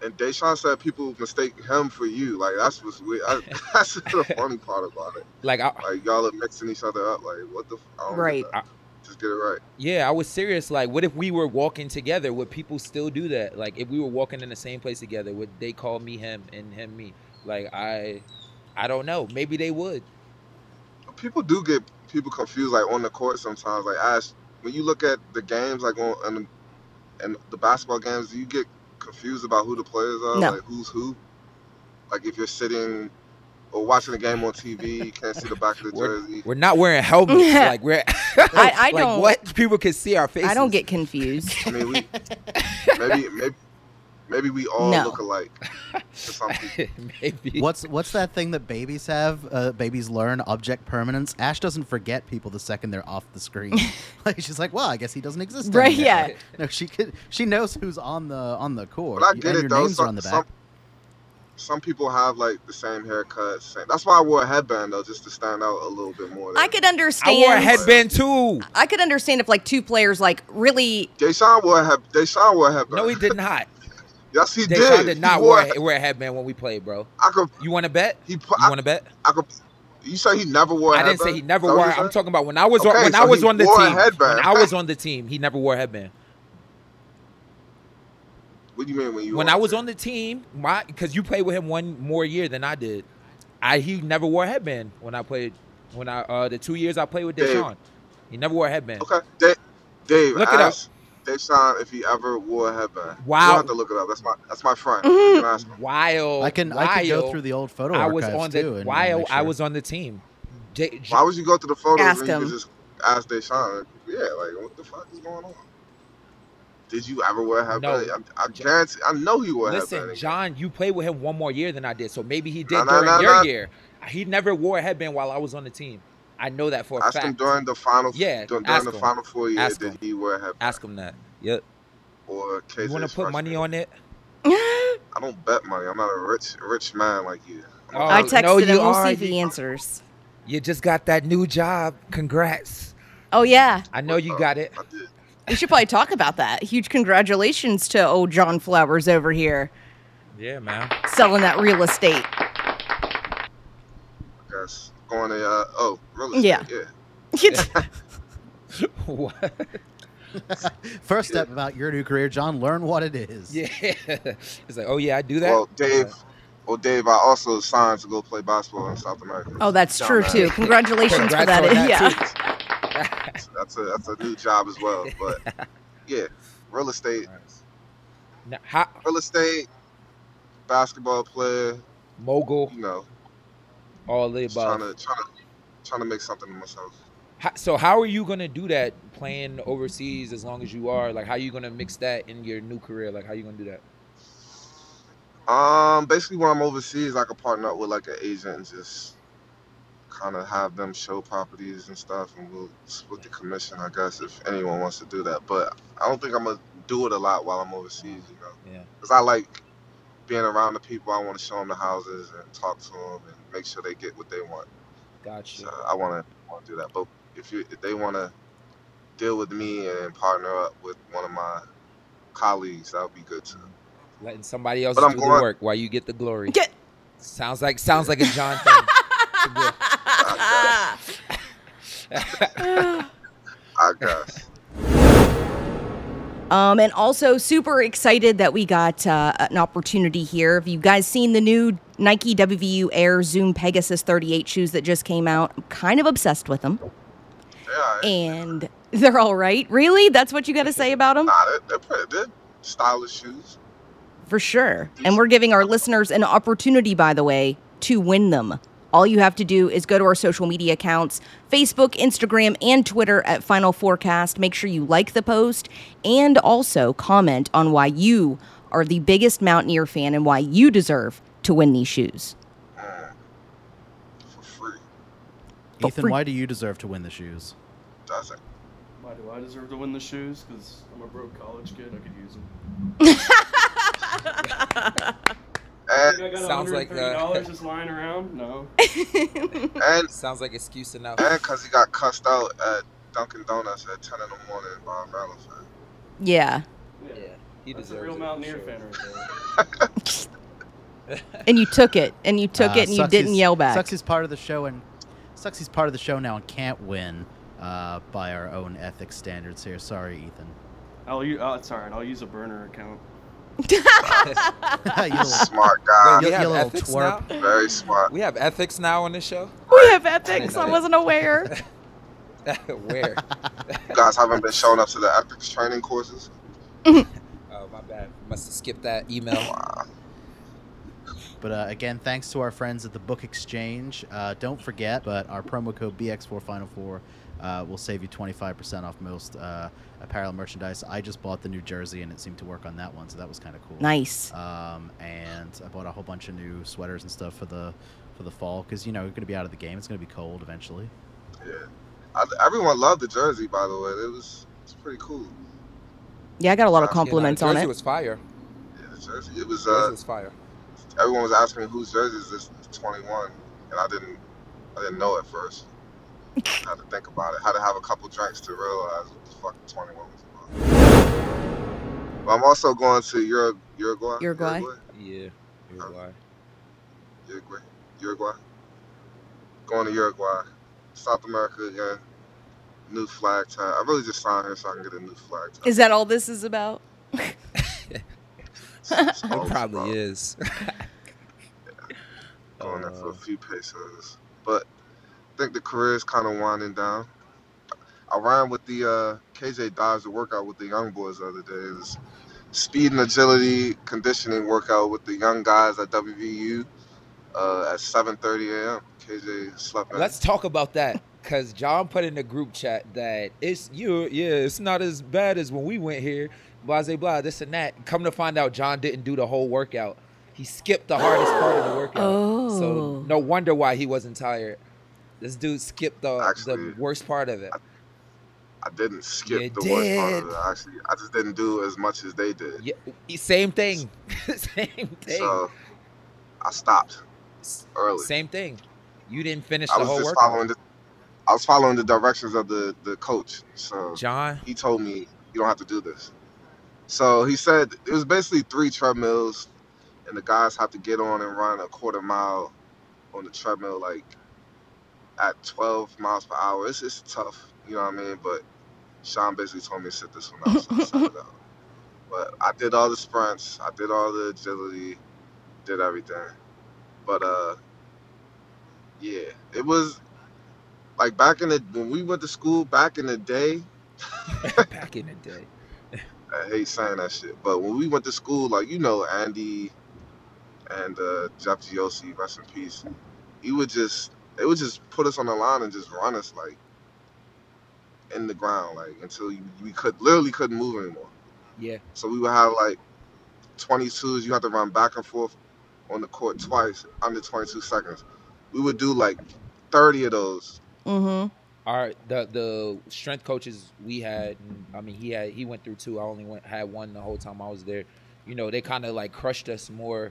Speaker 3: And Deshaun said people mistake him for you. Like that's what's weird. I, that's the funny part about it.
Speaker 4: Like I,
Speaker 3: Like y'all are mixing each other up. Like what the? F- I don't get
Speaker 1: Right.
Speaker 3: that.
Speaker 4: I,
Speaker 3: Just get it right.
Speaker 4: Yeah, I was serious. Like, what if we were walking together? Would people still do that? Like, if we were walking in the same place together, would they call me him and him me? Like, I, I don't know. Maybe they would.
Speaker 3: people do get people confused like on the court sometimes like I, when you look at the games like on and the, and the basketball games do you get confused about who the players are
Speaker 1: No.
Speaker 3: like who's who like if you're sitting or watching a game on tv you can't see the back of the
Speaker 4: We're,
Speaker 3: jersey
Speaker 4: we're not wearing helmets. like, we're.
Speaker 1: I
Speaker 4: like,
Speaker 1: don't-
Speaker 4: What people can see our faces.
Speaker 1: I don't get confused.
Speaker 3: i mean we maybe maybe maybe we all
Speaker 1: No.
Speaker 3: look alike to some people.
Speaker 4: Maybe.
Speaker 6: What's what's that thing that babies have? Uh, babies learn object permanence. Ash doesn't forget people the second they're off the screen. like she's like, well, I guess he doesn't exist.
Speaker 1: Right,
Speaker 6: anymore."
Speaker 1: yeah.
Speaker 6: No, she could. She knows who's on the on the court.
Speaker 3: But I
Speaker 6: You-
Speaker 3: get
Speaker 6: and
Speaker 3: it
Speaker 6: your
Speaker 3: though.
Speaker 6: names are on
Speaker 3: Some,
Speaker 6: the back.
Speaker 3: some, some people have like the same haircut. Same. That's why I wore a headband though, just to stand out a little bit more.
Speaker 1: I could
Speaker 4: I
Speaker 1: understand.
Speaker 4: wore a headband too.
Speaker 1: I could understand if like two players like really
Speaker 3: Deshaun wore a head. Deshaun wore a headband.
Speaker 4: No, he did not.
Speaker 3: Yes, he
Speaker 4: Deshaun
Speaker 3: did.
Speaker 4: did not
Speaker 3: he wore.
Speaker 4: wear,
Speaker 3: a he-
Speaker 4: wear a headband when we played, bro.
Speaker 3: I could.
Speaker 4: You want to bet?
Speaker 3: He. pu-
Speaker 4: You
Speaker 3: I,
Speaker 4: want to bet?
Speaker 3: I could. You say he never wore. a
Speaker 4: I didn't
Speaker 3: headband?
Speaker 4: say he never
Speaker 3: Is that
Speaker 4: wore.
Speaker 3: what you
Speaker 4: I'm
Speaker 3: said?
Speaker 4: talking about when I was on,
Speaker 3: Okay,
Speaker 4: when
Speaker 3: so
Speaker 4: I was
Speaker 3: he
Speaker 4: on the
Speaker 3: wore a
Speaker 4: team.
Speaker 3: headband.
Speaker 4: When I was on the team, he never wore a headband.
Speaker 3: What do you mean when you?
Speaker 4: when
Speaker 3: wore
Speaker 4: I
Speaker 3: it?
Speaker 4: was on the team, my because you played with him one more year than I did. I he never wore a headband when I played when I uh the two years I played with
Speaker 3: Dave.
Speaker 4: Deshaun. He never wore a headband.
Speaker 3: Okay, Da- Dave.
Speaker 4: Look it up.
Speaker 3: ask Deshaun if he ever wore a headband.
Speaker 4: Wow.
Speaker 3: You'll have to look it up. That's my. That's my friend.
Speaker 1: Mm-hmm.
Speaker 3: You can ask him.
Speaker 4: While
Speaker 6: I can
Speaker 4: while
Speaker 6: I can go through the old photo
Speaker 4: I was
Speaker 6: archives,
Speaker 4: on the
Speaker 6: too and-
Speaker 4: while
Speaker 6: and make
Speaker 4: I
Speaker 6: sure.
Speaker 4: was on the team. J- J-
Speaker 3: Why would you go through the photos
Speaker 1: Ask
Speaker 3: when you
Speaker 1: him.
Speaker 3: could just ask Deshaun? Yeah, like what the fuck is going on? Did you ever wear a headband?
Speaker 4: No.
Speaker 3: I, I guarantee. I know he wore a
Speaker 4: listen,
Speaker 3: headband.
Speaker 4: John, you played with him one more year than I did, so maybe he did
Speaker 3: Nah, nah,
Speaker 4: during
Speaker 3: nah,
Speaker 4: your
Speaker 3: nah.
Speaker 4: year. He never wore a headband while I was on the team. I know that for a
Speaker 3: Ask
Speaker 4: fact.
Speaker 3: him during the final.
Speaker 4: Yeah,
Speaker 3: during, during
Speaker 4: ask
Speaker 3: the
Speaker 4: him.
Speaker 3: final four years
Speaker 4: Ask
Speaker 3: did
Speaker 4: him.
Speaker 3: he wear a headband
Speaker 4: Ask him that. Yep.
Speaker 3: or KJ's
Speaker 4: You want to put
Speaker 3: freshman.
Speaker 4: money on it?
Speaker 3: I don't bet money. I'm not a rich rich man like you.
Speaker 4: Oh,
Speaker 1: I texted
Speaker 4: no,
Speaker 1: him.
Speaker 4: you
Speaker 1: We'll
Speaker 4: are.
Speaker 1: see if he answers.
Speaker 4: You just got that new job. Congrats.
Speaker 1: Oh yeah.
Speaker 4: I know you got it.
Speaker 3: I did.
Speaker 1: We should probably talk about that. Huge congratulations to old John Flowers over here
Speaker 4: Yeah, man.
Speaker 1: selling that real estate.
Speaker 3: I guess going to uh, oh real estate.
Speaker 1: Yeah.
Speaker 3: Yeah.
Speaker 4: what?
Speaker 6: First step about your new career, John. Learn what it is.
Speaker 4: Yeah. It's like, oh yeah, I do that.
Speaker 3: Well, Dave. Well, Dave. I also signed to go play basketball in South America.
Speaker 1: oh, that's
Speaker 3: John,
Speaker 1: true
Speaker 3: man,
Speaker 1: too. Congratulations for that.
Speaker 4: Congrats on that,
Speaker 1: yeah.
Speaker 4: too.
Speaker 3: That's a that's a new job as well. But yeah, real estate,
Speaker 4: Now, how,
Speaker 3: real estate, basketball player.
Speaker 4: mogul,
Speaker 3: You know,
Speaker 4: all the
Speaker 3: just trying
Speaker 4: above.
Speaker 3: to trying to trying to make something of myself.
Speaker 4: How- so how are you gonna do that playing overseas as long as you are? Like, how you gonna mix that in your new career? Like, how you gonna do that?
Speaker 3: Um, basically, when I'm overseas, I could partner up with like an agent and just kind of have them show properties and stuff, and we'll split the commission, I guess, if anyone wants to do that. But I don't think I'm gonna do it a lot while I'm overseas, you know,
Speaker 4: Yeah.
Speaker 3: because I like being around the people. I want to show them the houses and talk to them and make sure they get what they want.
Speaker 4: Gotcha.
Speaker 3: So I want to want to do that. But if you if they want to deal with me and partner up with one of my colleagues, that would be good too.
Speaker 4: Letting somebody else
Speaker 3: But I'm
Speaker 4: do the
Speaker 3: going-
Speaker 4: work while you get the glory.
Speaker 1: Get-
Speaker 4: sounds like sounds like a John thing.
Speaker 3: I guess. I guess.
Speaker 1: Um, and also super excited that we got uh, an opportunity here. Have you guys seen the new Nike WVU Air Zoom Pegasus 38 shoes that just came out? I'm kind of obsessed with them.
Speaker 3: Yeah,
Speaker 1: And they're all right. Really? That's what you got to say about them?
Speaker 3: nah, they're, they're pretty. They're stylish shoes.
Speaker 1: For sure. And we're giving our listeners an opportunity, by the way, to win them. All you have to do is go to our social media accounts Facebook, Instagram, and Twitter at Final Forecast. Make sure you like the post and also comment on why you are the biggest Mountaineer fan and why you deserve to win these shoes.
Speaker 3: Mm. For free.
Speaker 6: Ethan,
Speaker 1: free.
Speaker 6: why do you deserve to win the shoes?
Speaker 3: Doesn't.
Speaker 5: Why do I deserve to win the shoes? Because I'm a broke college kid. I could use them.
Speaker 3: And,
Speaker 5: I got
Speaker 4: Sounds like, uh,
Speaker 5: $130 just lying around. No.
Speaker 3: and,
Speaker 4: sounds like excuse enough.
Speaker 3: and because he got cussed out at Dunkin' Donuts at 10 in the morning by a Maryland fan.
Speaker 1: Yeah.
Speaker 5: Yeah.
Speaker 4: He
Speaker 5: That's
Speaker 4: deserves
Speaker 5: a real
Speaker 4: it,
Speaker 5: Mountaineer
Speaker 4: sure.
Speaker 5: fan right there.
Speaker 1: And you took it, and you took
Speaker 4: Ah,
Speaker 6: Uh,
Speaker 1: it, and you
Speaker 6: sucks
Speaker 1: didn't
Speaker 6: he's-
Speaker 1: yell back.
Speaker 6: Sucks he's part of the show and sucks he's part of the show now and can't win. uh, by our own ethics standards here. Sorry, Ethan.
Speaker 5: I'll use. Oh, it's alright. I'll use a burner account.
Speaker 6: you little,
Speaker 3: Smart guy.
Speaker 6: you
Speaker 4: we have
Speaker 6: little
Speaker 4: ethics
Speaker 6: twerp.
Speaker 4: now.
Speaker 3: Very smart.
Speaker 4: We have ethics now on this show.
Speaker 1: We have ethics. I wasn't aware.
Speaker 4: Where?
Speaker 3: You guys haven't been showing up to the ethics training courses.
Speaker 4: oh my bad. Must have skipped that email.
Speaker 6: But uh, again, thanks to our friends at the Book Exchange. Uh, don't forget, but our promo code BX4Final4 uh, will save you 25% off most uh, apparel merchandise. I just bought the New Jersey, and it seemed to work on that one, so that was kind of cool.
Speaker 1: nice.
Speaker 6: Um, and I bought a whole bunch of new sweaters and stuff for the for the fall because you know you're going to be out of the game. It's going to be cold eventually.
Speaker 3: I, everyone loved the jersey, by the way. It was it's pretty cool.
Speaker 1: Yeah, I got a lot of
Speaker 3: Yeah, no,
Speaker 1: compliments
Speaker 4: you know,
Speaker 1: on
Speaker 4: Jersey
Speaker 1: it.
Speaker 4: was fire.
Speaker 3: Yeah, the jersey. It was.
Speaker 4: Jersey
Speaker 3: Uh,
Speaker 4: was fire.
Speaker 3: everyone was asking me whose jersey is this 21, and I didn't. I didn't know at first. I had to think about it. Had to have a couple drinks to realize what the fuck 21 was about. But I'm also going to Ur- Uruguay.
Speaker 1: Uruguay.
Speaker 3: Uruguay.
Speaker 4: Yeah. Uruguay.
Speaker 3: Uruguay. Uruguay. Going to Uruguay. South America again. New flag time. I really just signed here so I can get a new flag time.
Speaker 1: Is that all this is about?
Speaker 3: It's
Speaker 4: It
Speaker 3: always about
Speaker 4: probably is.
Speaker 3: Going there for
Speaker 4: Uh,
Speaker 3: a few pesos. But I think the career is kind of winding down. I ran with the uh, KJ Dodge, the workout with the young boys the other day. It was speed and agility conditioning workout with the young guys at WVU uh, at 7.30 a.m. KJ slept in.
Speaker 4: Let's talk about that because John put in the group chat that it's you. Yeah, it's not as bad as when we went here. Blah blah blah. This and that. Come to find out, John didn't do the whole workout. He skipped the hardest part of the workout.
Speaker 1: Oh.
Speaker 4: So no wonder why he wasn't tired. This dude skipped the,
Speaker 3: Actually,
Speaker 4: the worst part of it.
Speaker 3: I didn't skip
Speaker 4: You
Speaker 3: the worst part of
Speaker 4: did.
Speaker 3: it, actually. I just didn't do as much as they did.
Speaker 4: Yeah, same thing. same thing.
Speaker 3: So I stopped early.
Speaker 4: Same thing. You didn't finish
Speaker 3: I
Speaker 4: the
Speaker 3: was
Speaker 4: whole
Speaker 3: just
Speaker 4: workout.
Speaker 3: following the I was following the directions of the, the coach. So
Speaker 4: John,
Speaker 3: he told me you don't have to do this. So he said it was basically three treadmills and the guys have to get on and run a quarter mile on the treadmill like at twelve miles per hour. It's it's tough, you know what I mean? But Sean basically told me to sit this one out, so I sat it out. But I did all the sprints, I did all the agility, did everything. But uh yeah, it was like back in the when we went to school back in the day,
Speaker 4: back in the day.
Speaker 3: I hate saying that shit, but when we went to school, like you know, Andy and uh, Jeff Giosi, rest in peace. He would just, they would just put us on the line and just run us like in the ground, like until you, we could literally couldn't move anymore.
Speaker 4: Yeah.
Speaker 3: So we would have like 22s. You had to run back and forth on the court twice under 22 seconds. We would do like 30 of those.
Speaker 1: Mm-hmm.
Speaker 4: our the the strength coaches we had and, i mean he had he went through two i only went had one the whole time i was there you know they kind of like crushed us more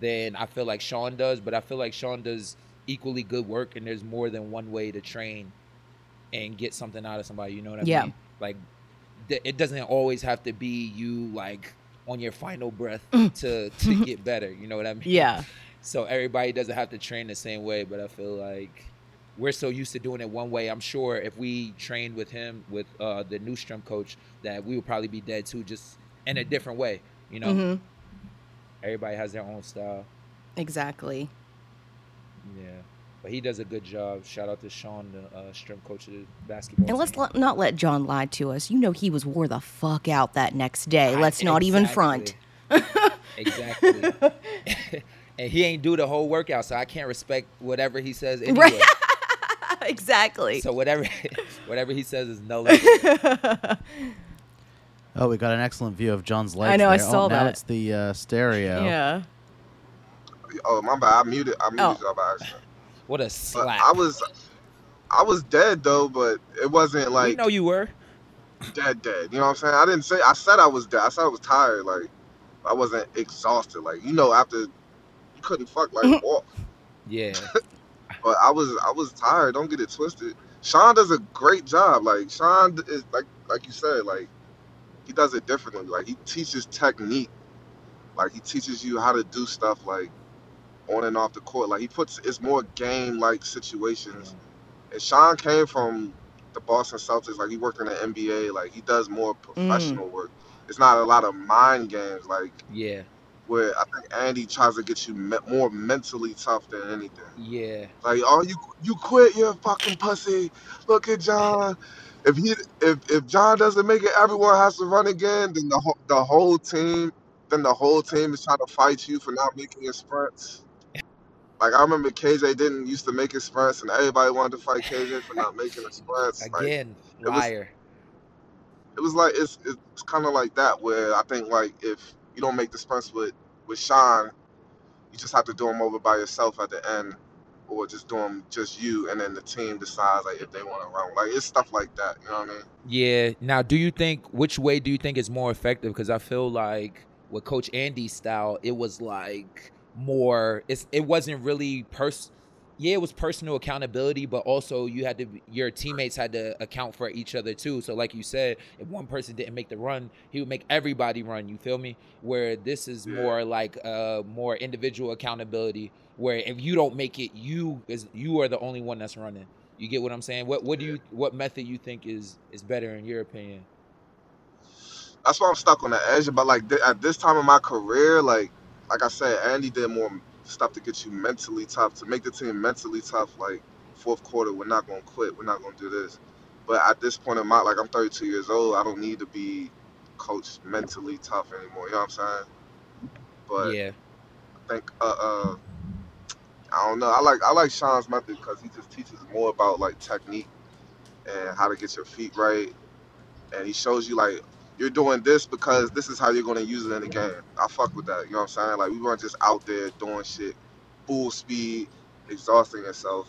Speaker 4: than i feel like sean does but i feel like sean does equally good work and there's more than one way to train and get something out of somebody you know what i
Speaker 1: Yeah.
Speaker 4: mean like th- it doesn't always have to be you like on your final breath to to get better you know what i mean
Speaker 1: Yeah.
Speaker 4: so everybody doesn't have to train the same way but i feel like we're so used to doing it one way i'm sure if we trained with him with uh, the new strength coach that we would probably be dead too just in a different way you know
Speaker 1: hmm
Speaker 4: everybody has their own style
Speaker 1: Exactly.
Speaker 4: yeah but he does a good job shout out to sean the uh, strength coach of the basketball
Speaker 1: And let's
Speaker 4: team.
Speaker 1: let, not let John lie to us. You know he was wore the fuck out that next day. Let's not even front.
Speaker 4: Exactly. Exactly. and he ain't do the whole workout so i can't respect whatever he says anyway
Speaker 1: Right. exactly.
Speaker 4: so whatever whatever he says is null and
Speaker 6: Oh, we got an excellent view of John's legs.
Speaker 1: know, I
Speaker 6: there. Oh,
Speaker 1: saw
Speaker 6: Now
Speaker 1: that.
Speaker 6: it's the uh, stereo.
Speaker 1: yeah.
Speaker 3: Oh, my bad. I muted. I muted
Speaker 1: Oh.
Speaker 3: y'all by accident.
Speaker 4: What a
Speaker 3: But
Speaker 4: slap!
Speaker 3: I was, I was dead though, but it wasn't
Speaker 4: We
Speaker 3: like
Speaker 4: know you were.
Speaker 3: dead, dead. You know what I'm saying? I didn't say. I said I was dead. I said I was tired. Like I wasn't exhausted. Like you know, after you couldn't fuck like walk.
Speaker 4: Yeah,
Speaker 3: But I was, I was tired. Don't get it twisted. Sean does a great job. Like Sean is like, like you said, like he does it differently. Like he teaches technique. Like he teaches you how to do stuff like on and off the court. Like he puts it's more game like situations. And Sean came from the Boston Celtics. Like he worked in the NBA. Like he does more professional work. It's not a lot of mind games. Like
Speaker 4: Yeah,
Speaker 3: where I think Andy tries to get you me- more mentally tough than anything.
Speaker 4: yeah.
Speaker 3: Like, oh, you you quit, you fucking pussy. Look at John. If he if if John doesn't make it, everyone has to run again. Then the whole the whole team, then the whole team is trying to fight you for not making your sprints. Like I remember KJ didn't used to make his sprints, and everybody wanted to fight KJ for not making his sprints. Like,
Speaker 4: Again,
Speaker 3: was-
Speaker 4: liar.
Speaker 3: it was like it's it's kind of like that where I think like if you don't make the sprints with with Sean, you just have to do them over by yourself at the end, or just do them just you, and then the team decides like if they want to run. Like it's stuff like that. You know what I mean?
Speaker 4: Yeah. Now, do you think which way do you think is more effective? Because I feel like with Coach Andy's style, it was like more. It's it wasn't really pers. Yeah, it was personal accountability, but also you had to your teammates had to account for each other too. So, like you said, if one person didn't make the run, he would make everybody run. You feel me? Where this is
Speaker 3: Yeah.
Speaker 4: more like uh more individual accountability. Where if you don't make it, you is you are the only one that's running. You get what I'm saying? What what do you what method you think is is better in your opinion?
Speaker 3: That's why I'm stuck on the edge. But like th- at this time in my career, like like I said, Andy did more stuff to get you mentally tough, to make the team mentally tough. Like fourth quarter, we're not gonna quit. We're not gonna do this. But at this point in my like I'm 32 years old. I don't need to be coached mentally tough anymore. You know what I'm saying? But
Speaker 4: yeah.
Speaker 3: I think uh, uh I don't know. I like I like Sean's method because he just teaches more about like technique and how to get your feet right, and he shows you like you're doing this because this is how you're gonna use it in the game. I fuck with that. You know what I'm saying? Like we weren't just out there doing shit full speed, exhausting yourself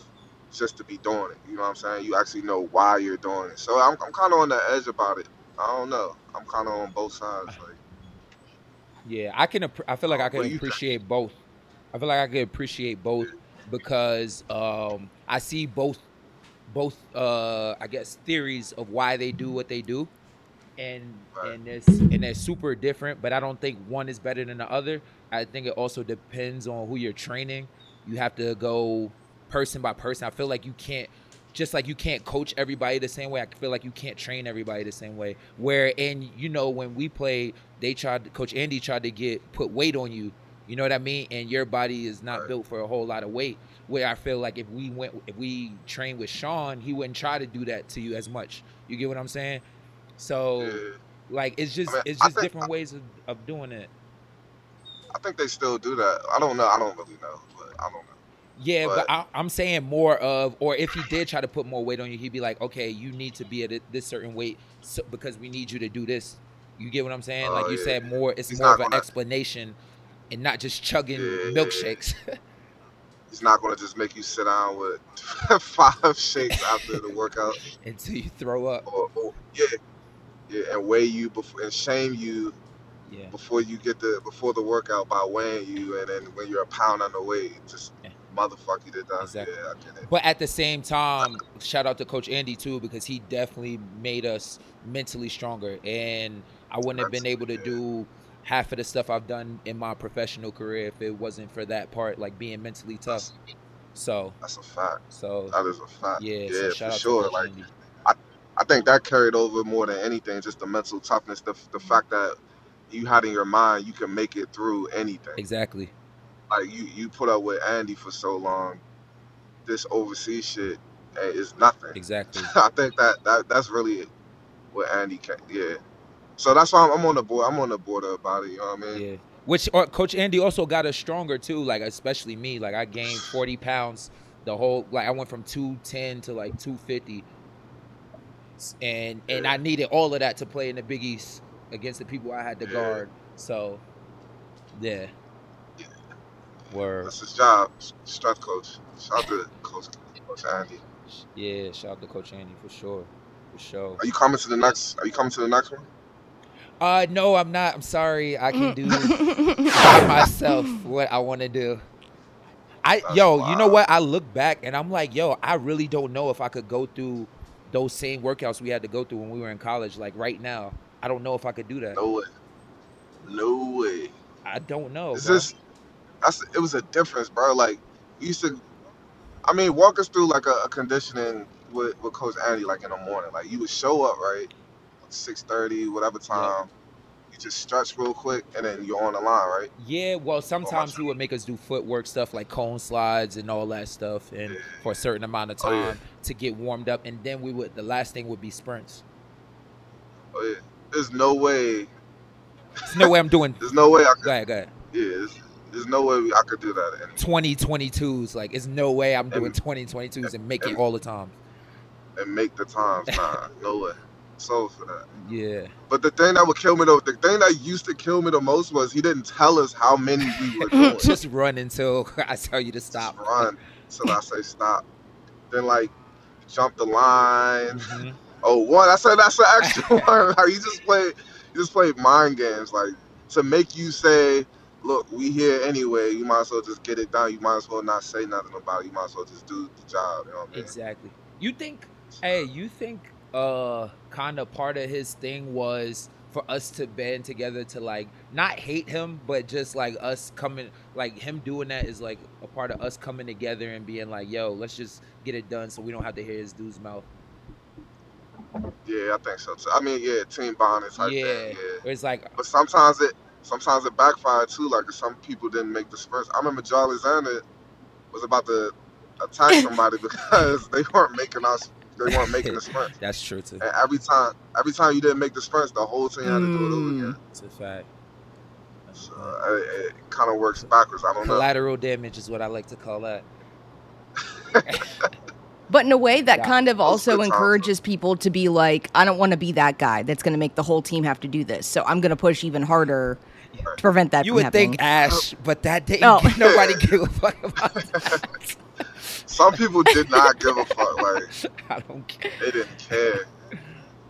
Speaker 3: just to be doing it. You know what I'm saying? You actually know why you're doing it. So I'm I'm kind of on the edge about it. I don't know. I'm kind of on both sides. Like
Speaker 4: Yeah, I can. appre- I feel like I
Speaker 3: What
Speaker 4: can
Speaker 3: you think?
Speaker 4: appreciate both. I feel like I can appreciate both because um, I see both, both. Uh, I guess theories of why they do what they do, and
Speaker 3: Right.
Speaker 4: and it's and they're super different. But I don't think one is better than the other. I think it also depends on who you're training. You have to go person by person. I feel like you can't. Just like you can't coach everybody the same way, I feel like you can't train everybody the same way. Where and you know when we played, they tried coach andy tried to get put weight on you you know what i mean and your body is not
Speaker 3: Right.
Speaker 4: built for a whole lot of weight where i feel like if we went if we trained with sean he wouldn't try to do that to you as much you get what i'm saying so
Speaker 3: yeah.
Speaker 4: like it's just
Speaker 3: I mean,
Speaker 4: it's
Speaker 3: I
Speaker 4: just
Speaker 3: think-
Speaker 4: different ways of, of doing it
Speaker 3: I think they still do that. I don't know. I don't really know, but I don't know.
Speaker 4: yeah but,
Speaker 3: But-
Speaker 4: I, i'm saying more of or if he did try to put more weight on you he'd be like okay you need to be at a- this certain weight so, because we need you to do this you get what i'm saying
Speaker 3: Oh,
Speaker 4: like you
Speaker 3: yeah.
Speaker 4: said more it's
Speaker 3: He's
Speaker 4: more
Speaker 3: not
Speaker 4: of an
Speaker 3: gonna-
Speaker 4: explanation and not just chugging
Speaker 3: Yeah, yeah, yeah.
Speaker 4: milkshakes
Speaker 3: He's not going to just make you sit down with five shakes after the workout,
Speaker 4: until you throw up.
Speaker 3: or, or yeah, yeah, and weigh you before and shame you
Speaker 4: Yeah.
Speaker 3: before you get the before the workout by weighing you, and then when you're a pound underweight, just
Speaker 4: Yeah.
Speaker 3: motherfuck you to death.
Speaker 4: Exactly.
Speaker 3: Yeah, I get it.
Speaker 4: But at the same time, shout out to Coach Andy too because he definitely made us mentally stronger, and I wouldn't have been able to do half of the stuff I've done in my professional career if it wasn't for that part, like being mentally tough.
Speaker 3: That's,
Speaker 4: So,
Speaker 3: that's a fact.
Speaker 4: so
Speaker 3: That is a fact.
Speaker 4: yeah,
Speaker 3: Uh, Yeah,
Speaker 4: so shout out
Speaker 3: for sure.
Speaker 4: to Coach
Speaker 3: Like
Speaker 4: Andy.
Speaker 3: I think that carried over more than anything, just the mental toughness, the the fact that you had in your mind you can make it through anything.
Speaker 4: Exactly.
Speaker 3: like you you put up with Andy for so long, this overseas shit eh, is nothing.
Speaker 4: Exactly.
Speaker 3: I think that, that that's really what Andy can yeah. So that's why I'm, I'm on the board. I'm on the border about it. You know what I mean?
Speaker 4: Yeah. Which or Coach Andy also got us stronger too, like especially me. Like I gained forty pounds the whole like I went from two ten to like two fifty. And and I needed all of that to play in the Big East against the people I had to
Speaker 3: Yeah.
Speaker 4: guard. So yeah. Word.
Speaker 3: That's his job, s- strength coach. Shout out to Coach, coach Andy.
Speaker 4: Yeah, shout out to Coach Andy for sure. For sure.
Speaker 3: Are you coming to the next? Are you coming to the next one?
Speaker 4: Uh no, I'm not. I'm sorry. I can
Speaker 1: Mm.
Speaker 4: do by myself what I want to do. I
Speaker 3: That's
Speaker 4: yo, you know
Speaker 3: wild.
Speaker 4: what? I look back and I'm like, yo, I really don't know if I could go through those same workouts we had to go through when we were in college. Like right now, I don't know if I could do that.
Speaker 3: No way. No way.
Speaker 4: I don't know.
Speaker 3: It's
Speaker 4: bro.
Speaker 3: just that's it was a difference, bro. Like we used to, I mean, walk us through like a, a conditioning with, with Coach Andy like in the morning. Like you would show up right, six thirty, whatever time. You just stretch real quick, and then you're on the line, right?
Speaker 4: Yeah, well, sometimes he would make us do footwork stuff like cone slides and all that stuff, and for a certain amount of
Speaker 3: Oh,
Speaker 4: time
Speaker 3: yeah.
Speaker 4: to get warmed up, and then we would. The last thing would be sprints.
Speaker 3: Oh, yeah. There's no way.
Speaker 4: There's no way I'm doing.
Speaker 3: There's no way I could.
Speaker 4: Go ahead, go ahead.
Speaker 3: Yeah. There's, there's no way I could do that. And,
Speaker 4: 2022s, like it's no way I'm doing
Speaker 3: And-
Speaker 4: 2022s and make it all the time.
Speaker 3: and make the times. Nah, no way. So for that.
Speaker 4: Yeah,
Speaker 3: But the thing that would kill me though, the thing that used to kill me the most was he didn't tell us how many we were doing.
Speaker 4: just run until I tell you to stop.
Speaker 3: Just run until I say stop. Then like jump the line.
Speaker 4: Mhm.
Speaker 3: Oh, one. I said that's an extra one. Like you just play, you just play mind games, like to make you say, "Look, we here anyway. You might as well just get it done. You might as well not say nothing about it. You might as well just do the job." You know what I mean?
Speaker 4: Exactly. You think? Hey, you think? Uh, kind of part of his thing was for us to band together to like not hate him, but just like us coming, like him doing that is like a part of us coming together and being like, "Yo, let's just get it done," so we don't have to hear his dude's mouth.
Speaker 3: Yeah, I think so. Too. I mean, yeah, team bonding type
Speaker 4: yeah.
Speaker 3: thing. Yeah.
Speaker 4: Or it's like,
Speaker 3: But sometimes it sometimes it backfired too. Like if some people didn't make the sprints. I remember Joe Alexander was about to attack somebody because they weren't making us. They weren't making the sprints.
Speaker 4: that's true too.
Speaker 3: And every time, every time you didn't make the sprints, the whole team had to do it over
Speaker 1: Mm.
Speaker 3: again.
Speaker 4: It's a fact.
Speaker 3: So uh, it, it kind of works backwards. I don't know.
Speaker 4: Collateral damage is what I like to call that.
Speaker 1: But in a way, that
Speaker 4: Yeah.
Speaker 1: kind of also
Speaker 3: good times.
Speaker 1: encourages people to be like, I don't want to be that guy that's going to make the whole team have to do this. So I'm going to push even harder to prevent that
Speaker 4: you
Speaker 1: from
Speaker 4: would
Speaker 1: happening.
Speaker 4: think Ash, but that didn't.
Speaker 1: No.
Speaker 4: Nobody gave a fuck about that.
Speaker 3: Some people did not give a fuck. Like
Speaker 4: I don't care.
Speaker 3: they didn't care.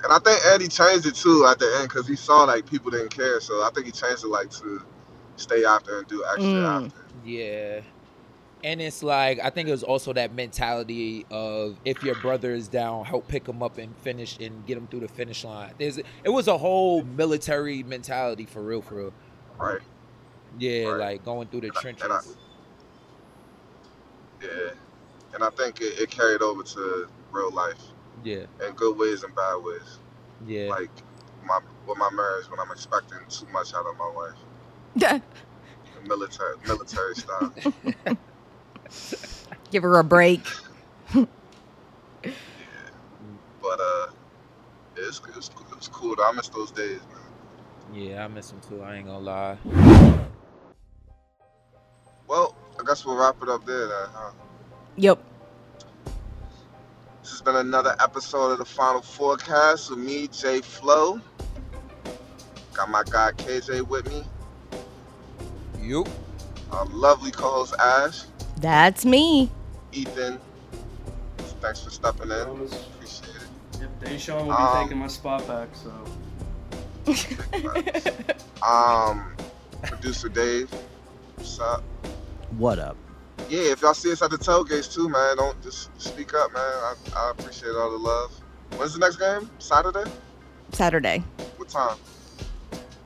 Speaker 3: And I think Andy changed it too at the end because he saw like people didn't care. So I think he changed it like to stay out there and do extra
Speaker 1: Mm.
Speaker 3: after.
Speaker 4: Yeah. And it's like I think it was also that mentality of if your brother is down, help pick him up and finish and get him through the finish line. There's it was a whole military mentality for real, for real.
Speaker 3: Right.
Speaker 4: Yeah,
Speaker 3: Right.
Speaker 4: like going through the
Speaker 3: And I- and I-
Speaker 4: trenches.
Speaker 3: Yeah, and I think it, it carried over to real life
Speaker 4: Yeah,
Speaker 3: in good ways and bad ways.
Speaker 4: yeah.
Speaker 3: Like my with my marriage, when I'm expecting too much out of my wife, The military military style.
Speaker 1: Give her a break.
Speaker 3: But uh, it's it was, it was cool. Though. I miss those days, man.
Speaker 4: Yeah, I miss him too, I ain't gonna lie.
Speaker 3: Well, I guess we'll wrap it up there. Then, huh?
Speaker 1: Yep.
Speaker 3: This has been another episode of the Final Forecast with me, Jay Flow. Got my guy KJ with me,
Speaker 4: You
Speaker 3: our lovely co-host Ash,
Speaker 1: That's me.
Speaker 3: Ethan. Thanks for stepping in.
Speaker 5: Um, it's-
Speaker 3: Appreciate it.
Speaker 5: Yep, Deshaun will be
Speaker 3: Um,
Speaker 5: taking my spot back, so
Speaker 3: Um, producer Dave, what's up?
Speaker 6: What up?
Speaker 3: Yeah, if y'all see us at the tailgates too, man, don't just speak up, man. I, I appreciate all the love. When's the next game? Saturday?
Speaker 1: Saturday.
Speaker 3: What time?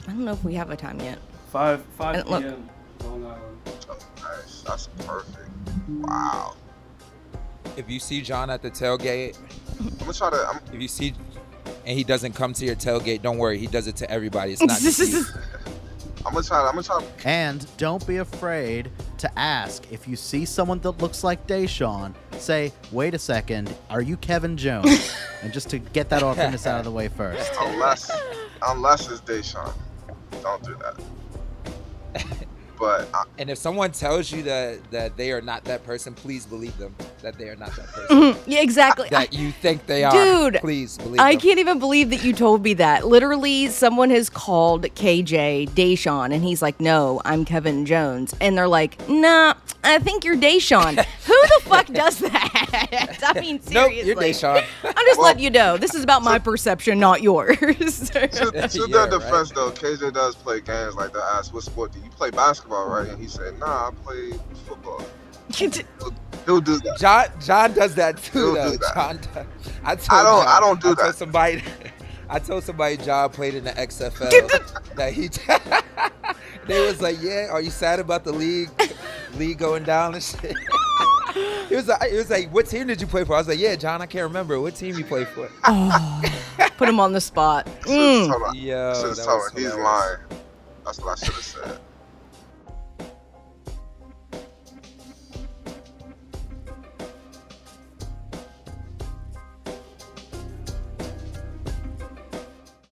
Speaker 1: I don't know if we have a time yet.
Speaker 5: five five
Speaker 1: And look-
Speaker 5: p.m. Long Island.
Speaker 3: Oh, nice. That's perfect. Wow.
Speaker 4: if you see John at the tailgate,
Speaker 3: I'm gonna try to. I'm,
Speaker 4: If you see and he doesn't come to your tailgate, don't worry. He does it to everybody. It's not just you.
Speaker 3: I'm gonna try. To, I'm gonna try. To,
Speaker 6: And don't be afraid to ask if you see someone that looks like Deshaun, say, wait a second, are you Kevin Jones? and just to get that awkwardness out of the way first.
Speaker 3: unless, unless it's Deshaun, don't do that. But uh, I,
Speaker 4: And if someone tells you that that they are not that person, please believe them that they are not that person.
Speaker 1: Mhm. yeah, exactly. I,
Speaker 4: that you think they are.
Speaker 1: Dude,
Speaker 4: please believe
Speaker 1: I
Speaker 4: them.
Speaker 1: can't even believe that you told me that. Literally, someone has called KJ Deshaun, and he's like, "No, I'm Kevin Jones," and they're like, "Nah, I think you're Deshaun." Who the fuck does that? I mean,
Speaker 4: Nope,
Speaker 1: seriously.
Speaker 4: you're Deshaun.
Speaker 1: I'm just
Speaker 3: Well-
Speaker 1: letting you know. This is about my perception, not yours.
Speaker 3: to, to
Speaker 4: Yeah,
Speaker 3: their
Speaker 4: right.
Speaker 3: defense, though, KJ does play games like they asked, "What sport do you play? Basketball, right?" And he said, "Nah, I play football." He'll do that.
Speaker 4: John John does that too
Speaker 3: He'll
Speaker 4: though.
Speaker 3: do that.
Speaker 4: John does.
Speaker 3: I
Speaker 4: I, told
Speaker 3: don't-
Speaker 4: John-
Speaker 3: I don't do
Speaker 4: told
Speaker 3: that.
Speaker 4: somebody I told somebody John played in the XFL that he they was like, Yeah, are you sad about the league league going down and shit? He was, like, he was like, "What team did you play for?" I was like, "Yeah, John, I can't remember what team you played for."
Speaker 1: Oh, put him on the spot.
Speaker 3: I should've
Speaker 1: Mm.
Speaker 3: told her- I
Speaker 4: Yo,
Speaker 3: should've
Speaker 4: that
Speaker 3: told
Speaker 4: was
Speaker 3: her, he's
Speaker 4: hilarious.
Speaker 3: lying. That's what I should have said.